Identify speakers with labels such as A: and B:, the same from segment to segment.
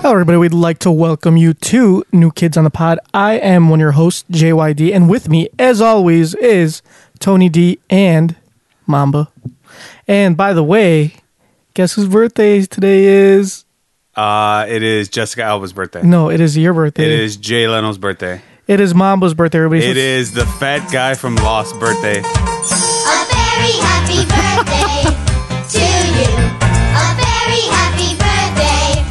A: Hello, everybody. We'd like to welcome you to New Kids on the Pod. I am one of your hosts, JYD, and with me, as always, is Tony D and Mamba. And by the way, guess whose birthday today is?
B: Uh, it is Jessica Alba's birthday.
A: No, it is your birthday.
B: It is Jay Leno's birthday.
A: It is Mamba's birthday. Everybody,
B: It is the fat guy from Lost birthday.
C: A very happy birthday to you. A very happy birthday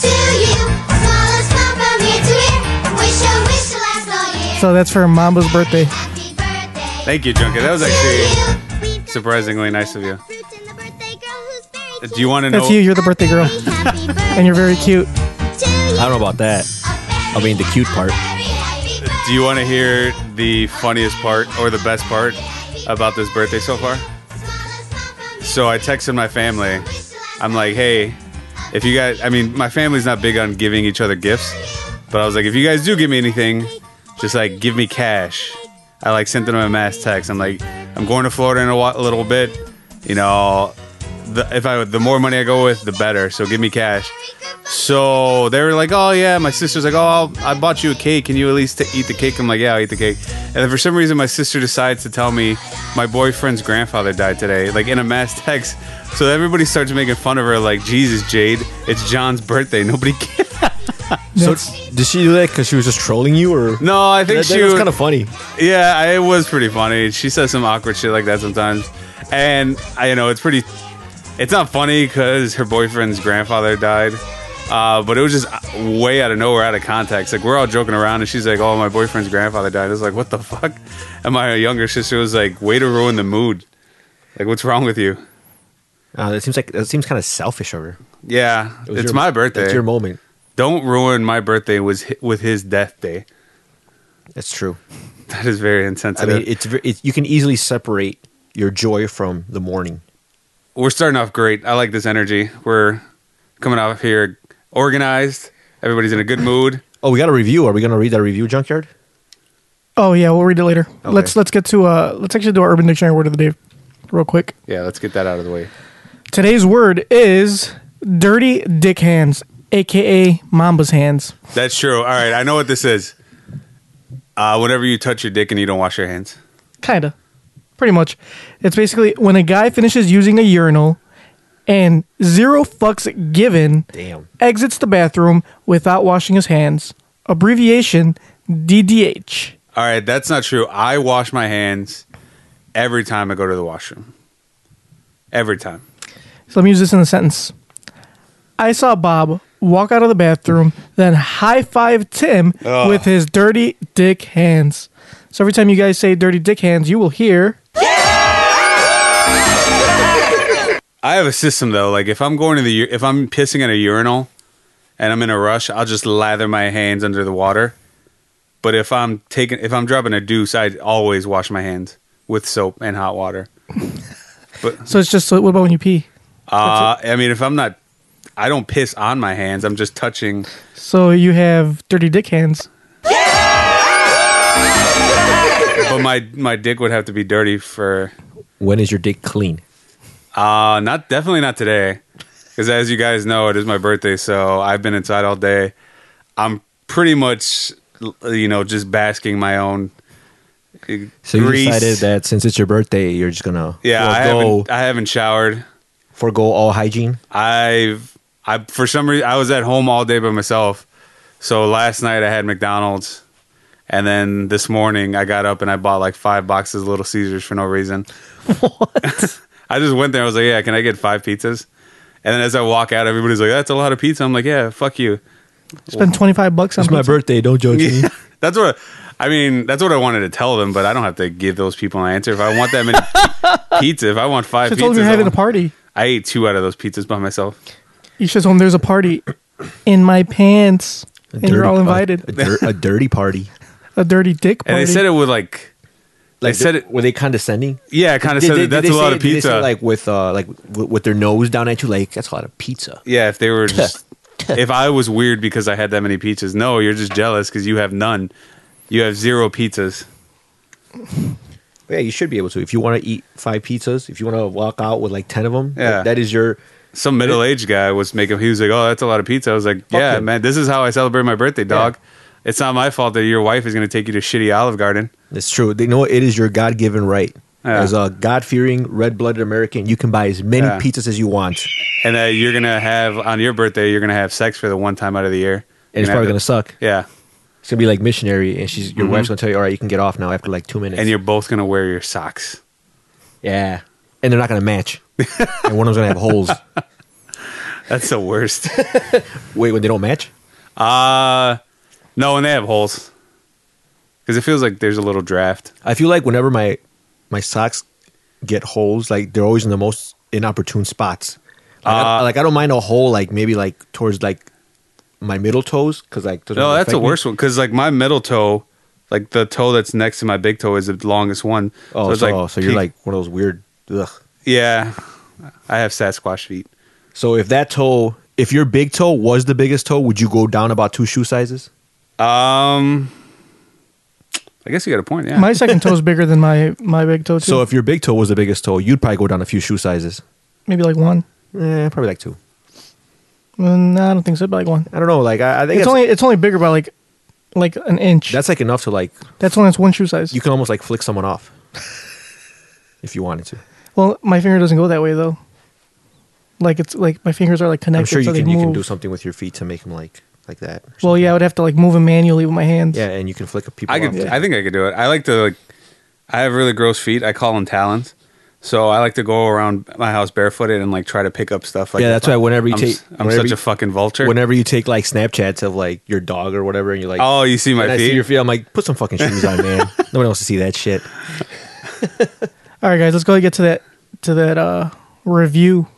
C: to you. Smallest smile from here to here. Wish a wish to last all year.
A: So that's for Mamba's birthday.
C: Happy birthday
B: Thank you, Junker. That was
C: to
B: actually.
C: you.
B: surprisingly nice of you. Do
C: Do
B: you want to know?
A: That's you. You're the birthday girl, and you're very cute.
D: I don't know about that. I mean, the cute part.
B: Do you want to hear the funniest part or the best part about this birthday so far? So I texted my family. I'm like, hey, if you guys, I mean, my family's not big on giving each other gifts, but I was like, if you guys do give me anything, just like give me cash. I like sent them a mass text. I'm like, I'm going to Florida in a, wa- little bit. You know, the, if I the more money I go with, the better. So give me cash. So they were like, "Oh yeah." My sister's like, "Oh, I'll, I bought you a cake. Can you at least t- eat the cake?" I'm like, "Yeah, I'll eat the cake." And then for some reason, my sister decides to tell me my boyfriend's grandfather died today, like in a mass text. So everybody starts making fun of her, like, "Jesus, Jade, it's John's birthday. Nobody cares."
D: So
A: That's-
D: did she do that because she was just trolling you, or
B: No, I
D: That,
B: think
D: that
B: she
D: was
B: was-
D: kind of funny.
B: Yeah, I- it was pretty funny. She says some awkward shit like that sometimes, and I you know it's pretty. It's not funny because her boyfriend's grandfather died, uh, but it was just way out of nowhere, out of context. Like we're all joking around, and she's like, "Oh, my boyfriend's grandfather died." I was like, "What the fuck?" And my younger sister was like, "Way to ruin the mood. Like, what's wrong with you?"
D: Uh, it seems like it seems kind of selfish of her.
B: Yeah,
D: It was
B: it's
D: your-
B: my birthday.
D: That's your moment.
B: Don't ruin my birthday with hi- with his death day.
D: That's true.
B: That is very
D: I
B: insensitive.
D: mean, it's, ver- it's you can easily separate your joy from the mourning.
B: we're starting off great. I like this energy. We're coming off here organized. Everybody's in a good mood.
D: Oh, we got a review. Are we gonna read that review, Junkyard?
A: Oh yeah, we'll read it later.
D: Okay.
A: Let's let's get to uh let's actually do our Urban Dictionary word of the day, real quick.
B: Yeah, let's get that out of the way.
A: Today's word is dirty dick hands, aka Mamba's hands.
B: That's true. All right, I know what this is. Uh, whenever you touch your dick and you don't wash your hands.
A: Kinda. Pretty much. It's basically when a guy finishes using a urinal and zero fucks given
D: Damn.
A: exits the bathroom without washing his hands. Abbreviation DDH.
B: All right, that's not true. I wash my hands every time I go to the washroom. Every time.
A: So let me use this in a sentence. I saw Bob walk out of the bathroom, then high five Tim with his dirty dick hands. So every time you guys say dirty dick hands, you will hear
B: I have a system though. Like if I'm going to the u- if I'm pissing at a urinal and I'm in a rush, I'll just lather my hands under the water. But if I'm taking if I'm dropping a deuce, I always wash my hands with soap and hot water.
A: So it's just so what about when you pee?
B: Uh, I mean, if I'm not, I don't piss on my hands. I'm just touching.
A: So you have dirty dick hands.
B: But my my dick would have to be dirty for
D: When is your dick clean?
B: uh not definitely not today, because as you guys know, it is my birthday, so I've been inside all day. I'm pretty much you know just basking my own. uh,
D: So you
B: grease.
D: decided that since it's your birthday, you're just gonna
B: Yeah, I
D: forego,
B: haven't I haven't showered.
D: forego all hygiene.
B: I've I for some reason I was at home all day by myself. So last night I had McDonald's and then this morning I got up and I bought like five boxes of Little Caesars for no reason. I just went there. I was like, "Yeah, can I get five pizzas?" And then as I walk out, everybody's like, "That's a lot of pizza." I'm like, "Yeah, fuck you."
A: Spend twenty five bucks on
D: It's my
A: pizza.
D: birthday. Don't judge me.
B: That's what I mean. That's what I wanted to tell them, but I don't have to give those people an answer. If I want that many pizza, if I want five
A: Should told
B: pizzas,
A: me you're
B: I
A: having a
B: want-
A: party.
B: I ate two out of those pizzas by myself.
A: You should tell him there's a party in my pants,
D: A
A: and you're all
D: a-
A: invited.
D: A, dir- a dirty party.
A: A dirty dick party.
B: And they said it would like
D: Like
B: said
D: th-
B: it-
D: were they condescending?
B: Yeah, kind of
D: Did
B: said that
D: they- did
B: that's
D: they
B: a lot
D: say-
B: of
D: did they say,
B: pizza.
D: like with uh, like w- with their nose down at you, like that's a lot of pizza.
B: yeah, if they were just, if I was weird because I had that many pizzas, no, you're just jealous because you have none. You have zero pizzas.
D: Yeah, you should be able to if you want to eat five pizzas. If you want to walk out with like ten of them,
B: Yeah.
D: that is your.
B: Some middle aged guy was making. He was like, "Oh, that's a lot of pizza." I was like, "Yeah,
D: him.
B: man, this is how I celebrate my birthday, dog. It's not my fault that your wife is going to take you to shitty Olive Garden."
D: It's true. They know it is your God given right.
B: Yeah.
D: As a God fearing, red blooded American, you can buy as many
B: Yeah.
D: pizzas as you want,
B: and that you're gonna have on your birthday, you're gonna have sex for the one time out of the year. You're
D: and it's probably
B: have
D: gonna suck.
B: to- yeah,
D: It's gonna be like missionary, and she's your wife's gonna tell you, "All right, you can get off now after like two minutes."
B: and you're both gonna wear your socks.
D: yeah, and they're not gonna match, and one of them's gonna have holes.
B: That's the worst.
D: Wait, when they don't match?
B: uh no, and they have holes because it feels like there's a little draft.
D: I feel like whenever my my socks get holes, like they're always in the most inopportune spots. Like,
B: Uh,
D: I, like I don't mind a hole, like maybe like towards like my middle toes, because like doesn't
B: No,
D: really
B: that's
D: affect
B: the
D: me.
B: worst one because like my middle toe, like the toe that's next to my big toe, is the longest one.
D: Oh, so,
B: it's
D: oh, so you're
B: peak-
D: like one of those weird. Ugh.
B: yeah. I have Sasquatch feet.
D: So if that toe, if your big toe was the biggest toe, would you go down about two shoe sizes?
B: Um, I guess you got a point. Yeah,
A: My second toe is bigger than my my big toe too.
D: So if your big toe was the biggest toe, you'd probably go down a few shoe sizes.
A: maybe like one.
D: Eh, probably like two.
A: Mm, No, I don't think so. but Like one.
D: I don't know. Like I, I think
A: It's
D: it's
A: only it's only bigger by like like an inch.
D: that's like enough to like
A: That's when it's one shoe size.
D: you can almost like flick someone off if you wanted to.
A: well, my finger doesn't go that way though. Like it's like my fingers are like connected.
D: I'm sure
A: so
D: you
A: they
D: can you can
A: move.
D: do something with your feet to make them like like that. or
A: Well,
D: something.
A: yeah, I would have to like move them manually with my hands.
D: yeah, and you can flick people.
B: I could.
D: off.
B: I think I could do it. I like to like. I have really gross feet. I call them talons. So I like to go around my house barefooted and like try to pick up stuff. Like
D: Yeah, that's
B: if
D: why
B: I'm-
D: whenever you
B: I'm,
D: take-
B: s- I'm
D: whenever
B: such
D: you-
B: a fucking vulture.
D: Whenever you take like Snapchats of like your dog or whatever, and you're like,
B: oh, you see
D: and
B: my
D: I
B: feet.
D: see your feet. I'm like, put some fucking shoes on, man. no one wants to see that shit.
A: All right, guys, let's go ahead and get to that to that uh review,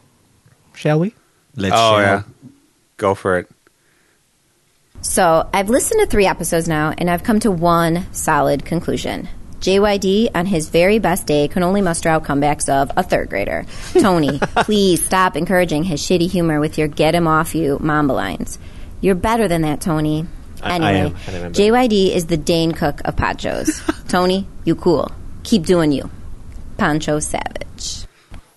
A: shall we?
D: Let's
B: oh
D: shout.
B: yeah, go for it.
E: So I've listened to three episodes now, and I've come to one solid conclusion. JYD, on his very best day, can only muster out comebacks of a third grader. Tony, please stop encouraging his shitty humor with your get him off you mamba lines. You're better than that, Tony.
D: I- I
E: Anyway,
D: am. I remember.
E: JYD is the Dane Cook of pod shows. Tony, you cool. Keep doing you. Pancho Savage.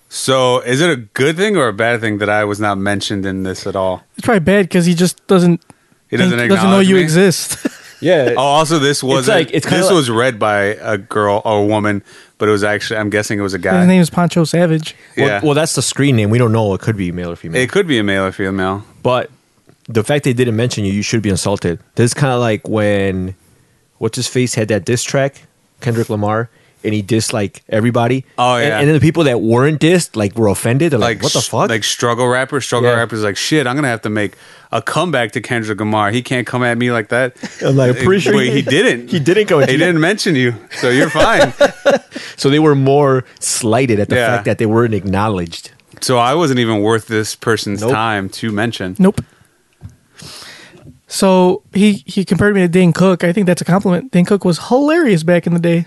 B: So is it a good thing or a bad thing that I was not mentioned in this at all?
A: It's probably bad because he just doesn't
B: He doesn't
A: think- doesn't know
B: acknowledge
A: you
B: me?
A: exist.
D: Yeah.
B: Oh, also this was
D: like- it's kinda
B: this
D: like-
B: was read by a girl or a woman, but it was actually I'm guessing it was a
A: His
B: guy.
A: name is Pancho Savage.
D: Well,
B: yeah.
D: well, that's the screen name. We don't know. It could be male or female.
B: it could be a male or female.
D: but the fact they didn't mention you, you should be insulted. This is kind of like when what's his face had that diss track, Kendrick Lamar, and he dissed like everybody.
B: Oh,
D: And,
B: yeah.
D: and then the people that weren't dissed like were offended. They're like,
B: like
D: what the
B: s-
D: fuck?
B: Like struggle rappers, struggle
D: Yeah.
B: rappers, like shit. I'm gonna have to make a comeback to Kendrick Lamar. He can't come at me like that.
D: I'm like, pretty sure
B: Wait, he didn't.
D: He didn't come. at
B: He
D: you.
B: didn't mention you, so you're fine.
D: So they were more slighted at the
B: Yeah.
D: fact that they weren't acknowledged.
B: so I wasn't even worth this person's
D: Nope.
B: time to mention.
A: Nope. So he he compared me to Dane Cook. I think that's a compliment. Dane Cook was hilarious back in the day.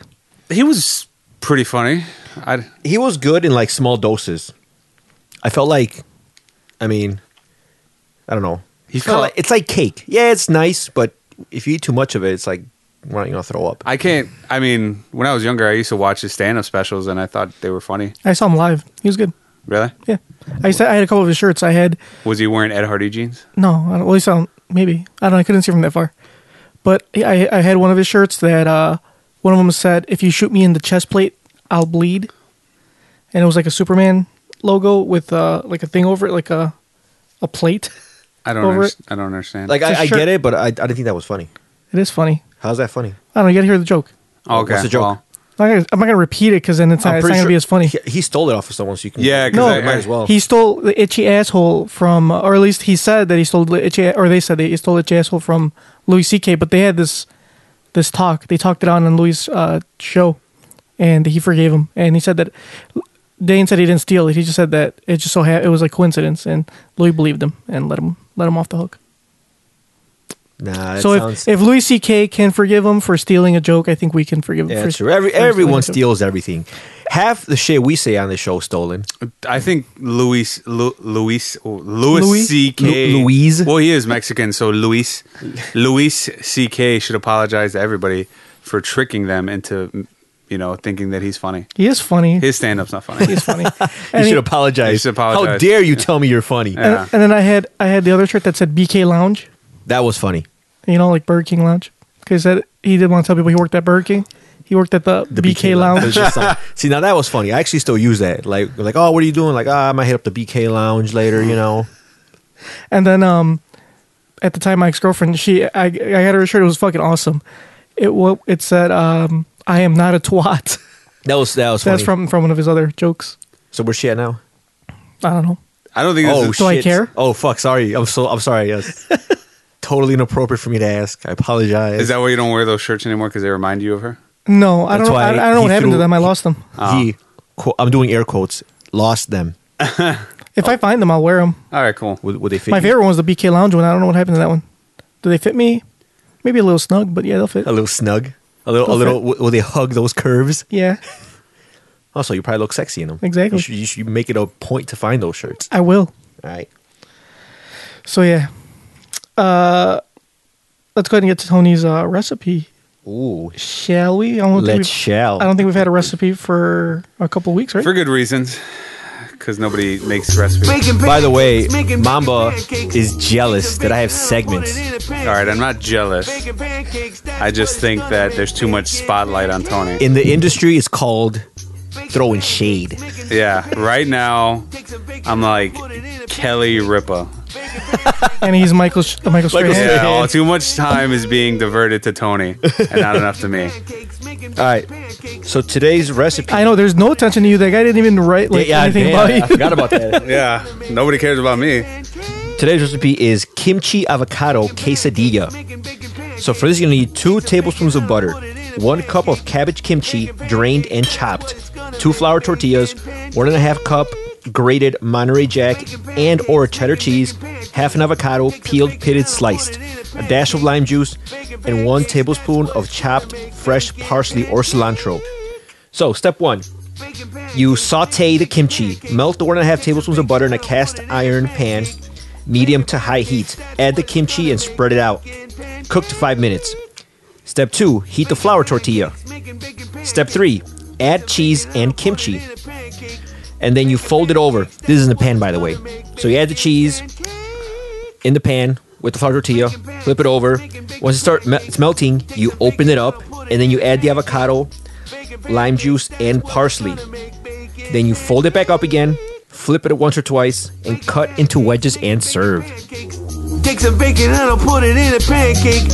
B: He was pretty funny. I
D: He was good in like small doses. I felt like, I mean, I don't know.
B: He
D: It's kinda
B: felt-
D: like- it's like cake. Yeah, it's nice, but if you eat too much of it, it's like why don't you gonna throw up?
B: I can't. I mean, when I was younger, I used to watch his stand-up specials, and I thought they were funny.
A: I saw him live. He was good.
B: Really?
A: Yeah, I used to, I had a couple of his shirts. I had
B: Was he wearing Ed Hardy jeans?
A: no. I don't, well, he saw maybe I don't. know. I couldn't see from that far, but he- I I had one of his shirts that uh one of them said, "If you shoot me in the chest plate, I'll bleed," and it was like a Superman logo with uh like a thing over it, like a a plate.
B: I don't.
A: Over
B: Under-
A: it.
B: I don't understand.
D: Like
A: For
D: I, I
A: sure.
D: get it, but I, I didn't think that was funny.
A: It is funny.
D: How's that funny?
A: I don't. know. You got to hear the joke.
B: Oh, okay,
D: what's the joke?
B: well,
A: I'm not gonna, I'm not gonna repeat it because then it's not, it's not gonna be as funny.
D: He, he stole it off of someone, so you can
B: Yeah, 'cause
D: no,
A: I-
D: might as well.
A: He stole the itchy asshole from, uh, or at least he said that he stole the itchy, or they said that he stole the itchy asshole from Louis C.K. But they had this this talk. They talked it on on Louis' uh, show, and he forgave him. And he said that Dane said he didn't steal it. He just said that it just so ha- it was a coincidence, and Louis believed him and let him let him off the hook.
D: Nah, that
A: so if,
D: sounds.
A: if Louis C.K. can forgive him for stealing a joke, I think we can forgive him
D: yeah,
A: for
D: true. Every,
A: for stealing
D: everyone
A: a joke.
D: steals everything. Half the shit we say on the show is stolen.
B: I think Luis, Lu, Luis, oh, Louis
A: Louis?
B: C.K.
D: Lu- Louise?
B: Well, he is Mexican, so Luis, Luis C.K. should apologize to everybody for tricking them into, you know, thinking that he's funny.
A: He is funny.
B: His stand-up's not funny.
A: He's funny.
D: You
A: And he-
D: should apologize.
B: You should apologize.
D: How dare you tell me you're funny?
A: and, and then I had I had the other shirt that said BK Lounge,
D: That was funny.
A: you know, like Burger King Lounge, because that he didn't want to tell people he worked at Burger King. He worked at the,
D: The
A: BK, Lounge.
D: It's just like- see, now that was funny. I actually still use that. Like, like, oh, what are you doing? Like, ah, I might hit up the BK Lounge later. You know,
A: And then um, at the time, my ex girlfriend, she I I had her shirt. It was fucking awesome. It wa- it said um, I am not a twat.
D: that was that was funny.
A: That's from from one of his other jokes.
D: So where's she at now?
A: I don't know.
B: I don't think this
D: Oh,
B: is
A: Do I
D: shit.
A: care?
D: Oh, fuck. Sorry. I'm so. I'm sorry. Yes. totally inappropriate for me to ask. I apologize.
B: Is that why you don't wear those shirts anymore? Because they remind you of her?
A: No, I don't.
D: That's
A: Know,
D: why
A: I, I don't know
D: he
A: what happened to
D: threw-
A: them. I lost them.
D: he? Qu- I'm doing air quotes. Lost them.
A: If I find them, I'll wear them.
B: All right, cool.
D: Would, would they fit?
A: My
D: Oh. you?
A: favorite one was the BK Lounge one. I don't know what happened to that one. Do they fit me? Maybe a little snug, but yeah, they'll fit.
D: A little snug. A little.
A: They'll
D: A little.
A: fit.
D: Will will they hug those curves?
A: Yeah,
D: Also, you probably look sexy in them.
A: Exactly.
D: You should, you should make it a point to find those shirts.
A: I will.
D: All right.
A: So yeah, uh, let's go ahead and get to Tony's uh, recipe,
D: Ooh.
A: shall we? I don't
D: Let's
A: we've-
D: shall.
A: I don't think we've had a recipe for a couple weeks, right?
B: For good reasons. Because nobody makes recipes.
D: By the way, Mamba is jealous that I have segments.
B: All right, I'm not jealous. I just think that there's too much spotlight on Tony.
D: In the industry, it's called throwing shade.
B: yeah, right now, I'm like Kelly Ripa.
A: And he's Michael Sh- uh, Michael Strahan.
B: Yeah, all too much time is being diverted to Tony and not enough to me.
D: All right. So today's recipe.
A: I know. There's no attention to you. That guy didn't even write like
D: yeah,
A: anything
D: yeah,
A: about
D: I
A: you.
D: forgot about that.
B: Yeah, nobody cares about me.
D: Today's recipe is kimchi avocado quesadilla. So for this, you're gonna need two tablespoons of butter, one cup of cabbage kimchi drained and chopped, two flour tortillas, one and a half cup grated Monterey Jack and or cheddar cheese, half an avocado peeled, pitted, sliced, a dash of lime juice, and one tablespoon of chopped fresh parsley or cilantro. So step one, you saute the kimchi. Melt one and a half tablespoons of butter in a cast iron pan, medium to high heat. Add the kimchi and spread it out. Cook to five minutes. Step two, heat the flour tortilla. Step three, add cheese and kimchi. And then you fold it over. This is in the pan, by the way. So you add the cheese in the pan with the flour tortilla, flip it over. Once it starts me- it's melting, you open it up, and then you add the avocado, lime juice, and parsley. Then you fold it back up again, flip it once or twice, and cut into wedges and serve.
F: Take some bacon and I'll put it in a pancake.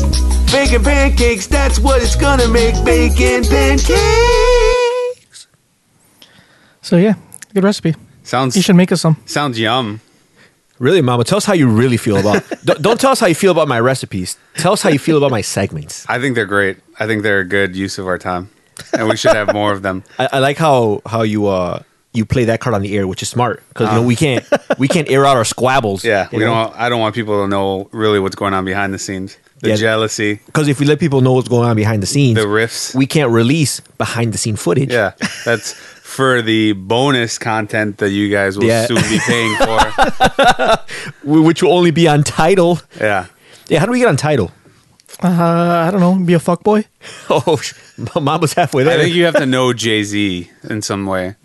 F: Bacon pancakes, that's what it's gonna make. Bacon pancakes.
A: So yeah, good recipe. You
B: Sounds
A: should make us some.
B: sounds yum.
D: Really, Mama, tell us how you really feel about. don't, don't tell us how you feel about my recipes. Tell us how you feel about my segments.
B: I think they're great. I think they're a good use of our time, and we should have more of them.
D: I, I like how how you uh you play that card on the air, which is smart because you know we can't we can't air out our squabbles.
B: Ah. Yeah, we
D: you know?
B: don't. I don't want people to know really what's going on behind the scenes. The
D: Yeah.
B: jealousy,
D: Because if we let people know what's going on behind the scenes,
B: the riffs.
D: we can't release behind the scene footage.
B: yeah, that's for the bonus content that you guys will
D: Yeah.
B: soon be paying for.
D: Wh- Which will only be on title.
B: yeah,
D: Yeah, how do we get on title?
A: Uh, I don't know. Be a fuck boy.
D: Oh, sh- Mama's halfway
B: I
D: there.
B: think you have to know Jay Z in some way.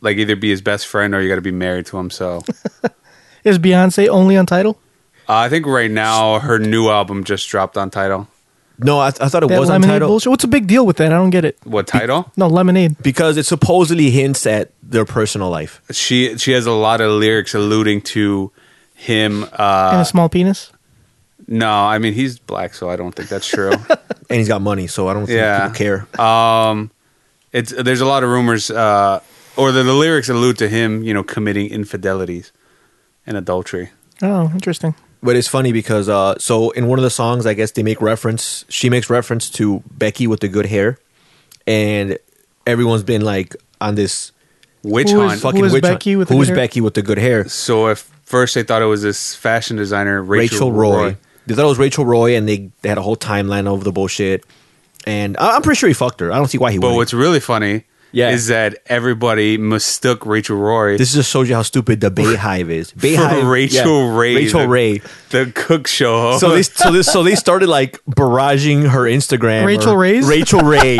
B: Like either be his best friend or you got to be married to him. So
A: Is Beyonce only on title?
B: uh, I think right now her new album just dropped on title.
D: no, I, I thought it
A: That
D: was on
A: lemonade
D: title
A: bullshit. What's a big deal with that? I don't get it.
B: What title?
A: No lemonade.
D: because it supposedly hints at their personal life.
B: She she has a lot of lyrics alluding to him. Uh,
A: and a small penis.
B: no, I mean he's black, so I don't think that's true.
D: And he's got money, so I don't think
B: Yeah.
D: people care.
B: it's there's a lot of rumors, uh, or the, the lyrics allude to him, you know, committing infidelities and adultery.
A: Oh, interesting.
D: But it's funny because uh, so in one of the songs, I guess they make reference. She makes reference to Becky with the good hair, and everyone's been like on this
B: Witch
A: Who is
B: hunt.
D: fucking
A: is
D: witch
A: Becky
D: hunt.
A: with the
D: Who's
A: good hair?
D: Becky with the good hair?
B: So if first they thought it was this fashion designer Rachel,
D: Rachel Roy.
B: Roy.
D: They thought it was Rachel Roy, and they, they had a whole timeline over the bullshit. And I, I'm pretty sure he fucked her. I don't see why he
B: But
D: wouldn't.
B: what's really funny
D: Yeah.
B: is that everybody mistook Rachel Roy
D: This just shows you how stupid the Bay Hive is. Bay
B: for
D: Hive,
B: Rachel
D: yeah,
B: Ray.
D: Rachel
B: the,
D: Ray.
B: The cook show host.
D: So they so this so they started like barraging her Instagram. or
A: Rachel Ray's?
D: Rachel Ray,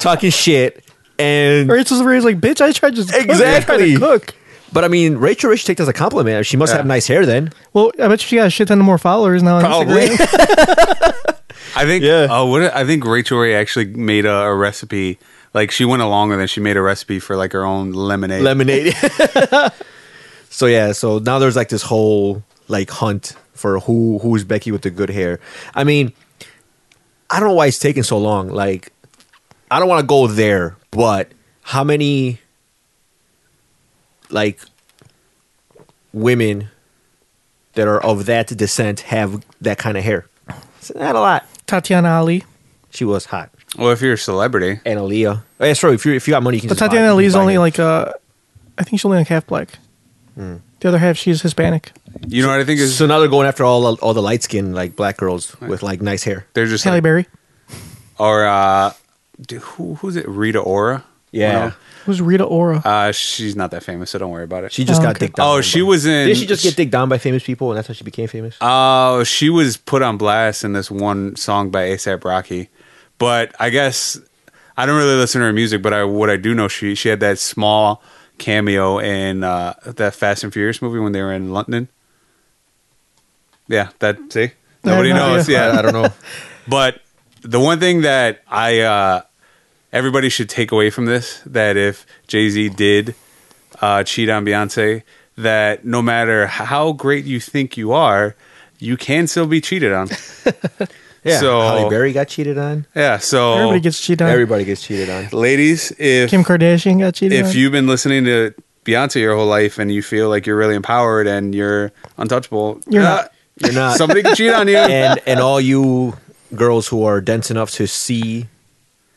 D: talking shit, and
A: Rachel's over here's like, bitch, I tried to just cook. I tried
D: Exactly.
A: to cook.
D: but I mean Rachel Ray should take that as a compliment. She must
B: Yeah.
D: have nice hair then.
A: Well, I bet you she got a shit ton of more followers now. On
B: Probably.
A: Instagram.
B: I think.
D: Yeah.
B: Oh, what? I think Rachel Ray actually made a, a recipe. Like she went along with it. She made a recipe for like her own lemonade.
D: Lemonade. so yeah, so now there's like this whole like hunt for who who's Becky with the good hair. I mean, I don't know why it's taking so long. Like, I don't want to go there, but how many like women that are of that descent have that kind of hair? It's not a lot.
A: Tatiana Ali.
D: She was hot.
B: well, if you're a celebrity,
D: And Aaliyah. Oh, yeah, sorry. If you if you got money, you can.
A: But
D: just buy-
A: Tatiana
D: you can
A: Ali's
D: buy
A: only
D: it.
A: like, uh, I think she's only like half black.
B: Hmm.
A: The other half, she's Hispanic.
B: you know what I think is
D: So now they're going after all all the light skinned like black girls with like nice hair.
B: they're just
A: Halle
B: like,
A: Berry.
B: or uh, dude, who, who's it? Rita Ora.
D: Yeah.
A: Who's Rita Ora?
B: Uh, she's not that famous, so don't worry about it.
D: She just
A: Oh,
D: got
A: okay.
D: dicked down.
B: oh,
D: by-
B: she was in.
D: Did she just get dicked down by famous people, and that's how she became famous?
B: Oh, she was put on blast in this one song by ASAP Rocky. But I guess I don't really listen to her music, but I what I do know she she had that small cameo in uh, that Fast and Furious movie when they were in London. Yeah, that see?
A: I have
B: Nobody
A: no
B: knows.
A: idea.
B: Yeah,
D: I, I don't know.
B: but the one thing that I uh, everybody should take away from this that if Jay Z did uh, cheat on Beyonce, that no matter how great you think you are, you can still be cheated on.
D: Yeah,
B: So-
D: Holly Berry got cheated on.
B: yeah. So
A: Everybody gets cheated on.
D: Everybody gets cheated on.
B: ladies, if
A: Kim Kardashian got cheated on.
B: if you've been listening to Beyonce your whole life and you feel like you're really empowered and you're untouchable,
A: You're
B: uh,
A: not.
D: You're not.
B: Somebody can cheat on you.
D: and and all you girls who are dense enough to see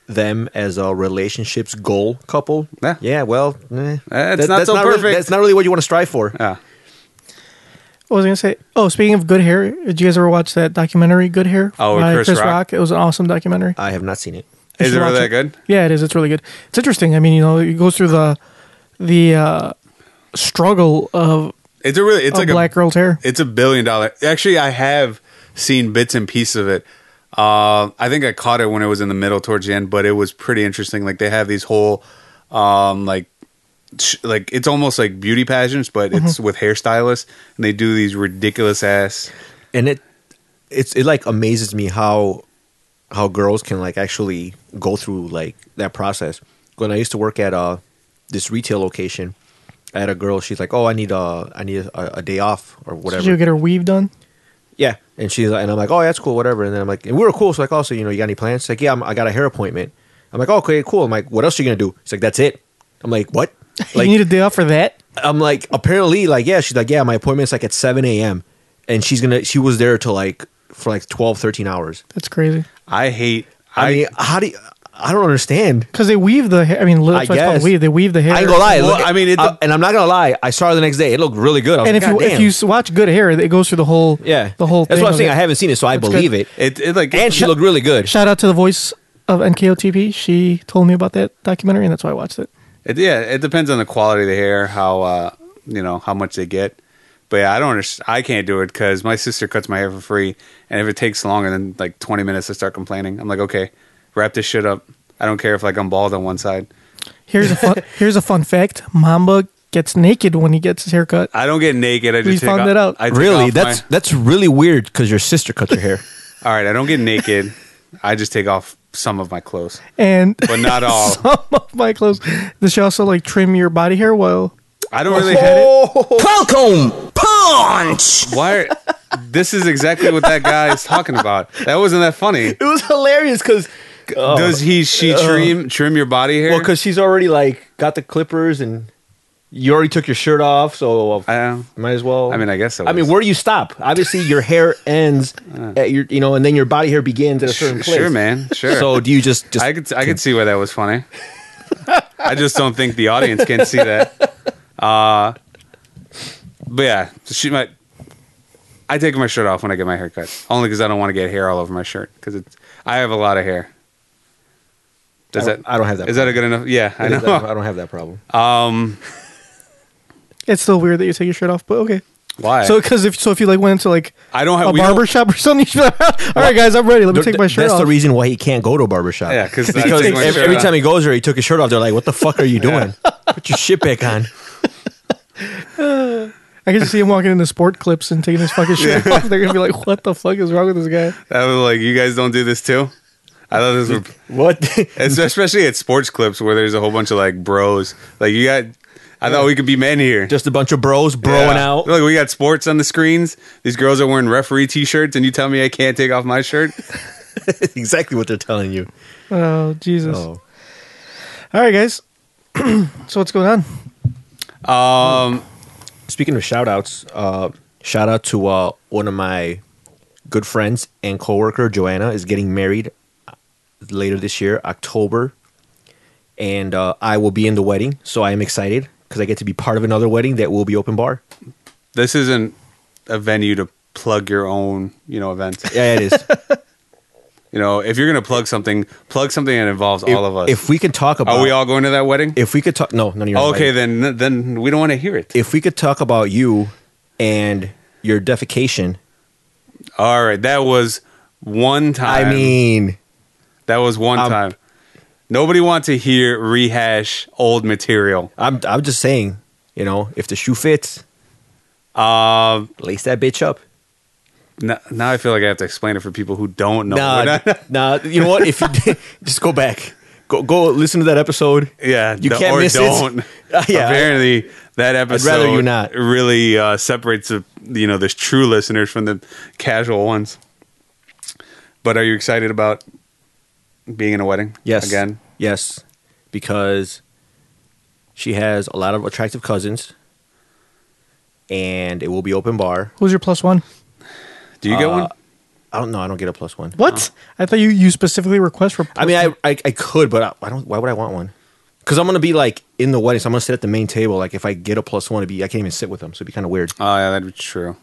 D: them as a relationships goal couple.
B: Yeah.
D: well, eh.
B: not so
D: really-
B: perfect.
D: that's not really what you want to strive for.
B: Yeah.
A: What was I gonna say? Oh, speaking of good hair, did you guys ever watch that documentary, Good Hair?
B: Oh, with
A: by
B: Chris Rock?
A: It was an awesome documentary.
D: I have not seen it.
A: You
B: Is
A: should
B: it really
A: watch
B: that good?
A: Yeah, it is. It's really good. It's interesting. I mean, you know, it goes through the the uh, struggle of,
B: It's a really it's
A: of
B: like
A: black
B: a
A: girl's hair.
B: It's a billion dollar. Actually, I have seen bits and pieces of it. Uh, I think I caught it when it was in the middle towards the end, but it was pretty interesting. Like they have these whole, um, like, sh- like it's almost like beauty pageants, but it's
D: Mm-hmm.
B: with hairstylists, and they do these ridiculous ass.
D: and it it's it like amazes me how how girls can like actually go through like that process. When I used to work at uh this retail location, I had a girl. She's like, "Oh, I need a I need a, a day off or whatever."
A: Did you get her weave done?
D: yeah, and she's like, and I'm like, "Oh, that's cool, whatever." And then I'm like, and we were cool. So like, also, you know, you got any plans? She's like, yeah, I'm, I got a hair appointment. I'm like, "Oh, okay, cool. I'm like, what else are you gonna do? She's like, that's it. I'm like, what? Like,
A: you need a day off for that?
D: I'm like, apparently, like, yeah, she's like, yeah, my appointment's like at 7 a.m. And she's gonna, she was there till like, for like 12, 13 hours.
A: That's crazy.
B: I hate. I,
D: I, mean, how do you, I don't understand.
A: Because they weave the hair. I mean,
D: I
A: that's why it's called
D: guess.
A: weave. They weave the hair.
D: I ain't gonna lie.
B: Well,
D: look,
B: I mean, it-
D: I- and I'm not gonna lie. I saw her the next day. It looked really good. I was
A: And
D: like,
A: if you
D: "God damn."
A: if you s- watch Good Hair, it goes through the whole
D: yeah,
A: the whole.
D: That's
A: thing
D: what I'm
A: of
D: saying.
A: it.
D: I haven't seen it, so I
A: That's
D: believe
A: good.
D: it.
B: it, it like
D: And she looked really good.
A: Shout out to the voice of NKOTP. She told me about that documentary, and that's why I watched it.
B: It, yeah, it depends on the quality of the hair, how uh, you know how much they get. But yeah, I don't understand. I can't do it because my sister cuts my hair for free, and if it takes longer than like twenty minutes, I start complaining. I'm like, okay, wrap this shit up. I don't care if like I'm bald on one side.
A: Here's a fun, here's a fun fact: Mamba gets naked when he gets his haircut.
B: I don't get naked. I just
A: We
B: take
A: found
B: off-
A: that out.
B: I take
D: Really,
B: off
D: that's
B: my-
D: that's really weird because your sister cut your hair.
B: all right. I don't get naked. I just take off some of my clothes,
A: and
B: but not all.
A: some of my clothes. Does she also like trim your body hair? Well,
B: I don't really hit it.
A: Oh.
G: Welcome, Punch!
B: Why? Are, this is exactly what that guy is talking about. That wasn't that funny.
D: it was hilarious because
B: Does he she trim trim your body hair?
D: Oh. well, because she's already like got the clippers and you already took your shirt off, so uh,
B: I-
D: Might as well.
B: I mean, I guess so.
D: I mean, where do you stop? Obviously, your hair ends at your, you know, and then your body hair begins at a certain
B: Sure,
D: place.
B: Sure, man. Sure.
D: So do you just just
B: I could I could see why that was funny. I just don't think the audience can see that. Uh, but yeah, she might. I take my shirt off when I get my hair cut, only because I don't want to get hair all over my shirt because it's I have a lot of hair. Does
D: I don't-
B: that
D: I don't have that
B: Is that a good enough? Yeah, I
D: I
B: know.
D: don't have that problem.
A: It's still weird that you take your shirt off, but okay.
B: Why?
A: So because if so if you like went into like
B: I don't have
A: a
B: we don't-
A: barber shop or something, you should be like, all right, guys, I'm ready. Let me take my shirt
D: That's
A: off.
D: the reason why he can't go to a barbershop.
B: Yeah, 'cause I
D: because
B: take my
D: every,
B: shirt
D: every
B: off.
D: time he goes there, he took his shirt off. They're like, "What the fuck are you doing? Put your shit back on."
A: I can just see him walking into sport clips and taking his fucking shirt off. They're gonna be like, what the fuck is wrong with this guy?
B: I was like, you guys don't do this too. I thought this was
D: What?
B: especially at sports clips where there's a whole bunch of like bros. Like you got, I thought we could be men here.
D: Just a bunch of bros broing
B: Yeah.
D: out.
B: Look, we got sports on the screens. These girls are wearing referee T-shirts, and you tell me I can't take off my shirt.
D: exactly what they're telling you.
A: Oh Jesus!
D: Oh.
A: All right, guys. so what's going on?
D: Speaking of shout outs, uh, shout out to uh, one of my good friends and coworker, Joanna, is getting married uh, later this year, October. And uh, I will be in the wedding, so I am excited because I get to be part of another wedding that will be open bar.
B: This isn't a venue to plug your own, you know, event.
D: Yeah, it is.
B: You know, if you're gonna plug something, plug something that involves all of us.
D: If we can talk about,
B: are we all going to that wedding?
D: If we could talk, no, none of your.
B: okay, then then we don't want to hear it.
D: If we could talk about you and your defecation,
B: all right, that was one time.
D: I mean,
B: that was one
D: I'm-
B: time. Nobody wants to hear rehash old material.
D: I'm I'm just saying, you know, if the shoe fits, uh,
B: Um,
D: lace that bitch up.
B: Now, now I feel like I have to explain it for people who don't know. We're
D: Nah,
B: not-
D: nah. You know what? If you did, just go back, go go listen to that episode.
B: yeah,
D: You
B: the-
D: can't
B: or
D: miss it.
B: don't.
D: Uh, yeah.
B: Apparently, that episode
D: rather you not.
B: really uh, separates the you know the true listeners from the casual ones. But are you excited about being in a wedding?
D: Yes,
B: Again,
D: Yes, because she has a lot of attractive cousins, and it will be open bar.
A: Who's your plus one?
B: do you get
D: Uh,
B: one?
D: I don't know. I don't get a plus one.
A: What? I thought you you specifically request for.
D: I mean, I I, I could, but I, I don't. Why would I want one? Because I'm gonna be like in the wedding, so I'm gonna sit at the main table. Like if I get a plus one, it'd be I can't even sit with them, so it'd be kind of weird.
B: Oh yeah, that'd be true.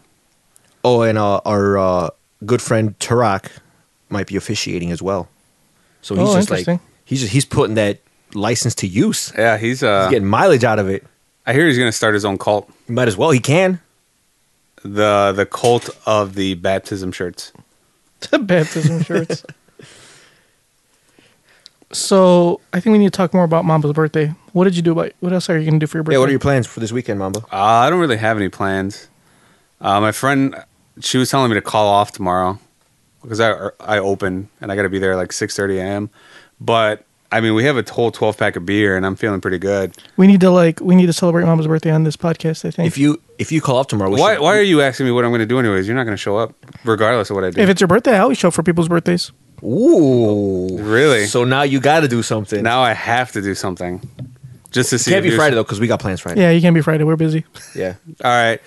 D: Oh, and uh, our uh, good friend Tarak might be officiating as well. So he's
A: Oh,
D: just like
A: interesting.
D: he's just, he's putting that license to use.
B: Yeah, he's. Uh,
D: He's getting mileage out of it.
B: I hear he's going to start his own cult.
D: He might as well. He can.
B: The the cult of the baptism shirts.
A: baptism shirts. so I think we need to talk more about Mamba's birthday. What did you do? About, what else are you gonna do for your birthday?
D: Yeah. What are your plans for this weekend, Mamba?
B: Uh, I don't really have any plans. Uh, my friend, she was telling me to call off tomorrow because I er, I open and I got to be there like six thirty a.m. But I mean, we have a whole twelve pack of beer, and I'm feeling pretty good.
A: we need to like we need to celebrate Mamba's birthday on this podcast. I think
D: If you if you call off tomorrow, we
B: Why
D: should-
B: Why are you asking me what I'm going to do anyways? You're not going to show up regardless of what I do.
A: if it's your birthday, I always show up for people's birthdays.
D: Ooh,
B: Really?
D: So now you got to do something.
B: now I have to do something just to see.
D: can't
B: if
D: be
B: you're-
D: Friday though because we got plans Friday.
A: Yeah, you can't be Friday. We're busy.
D: Yeah.
B: All right.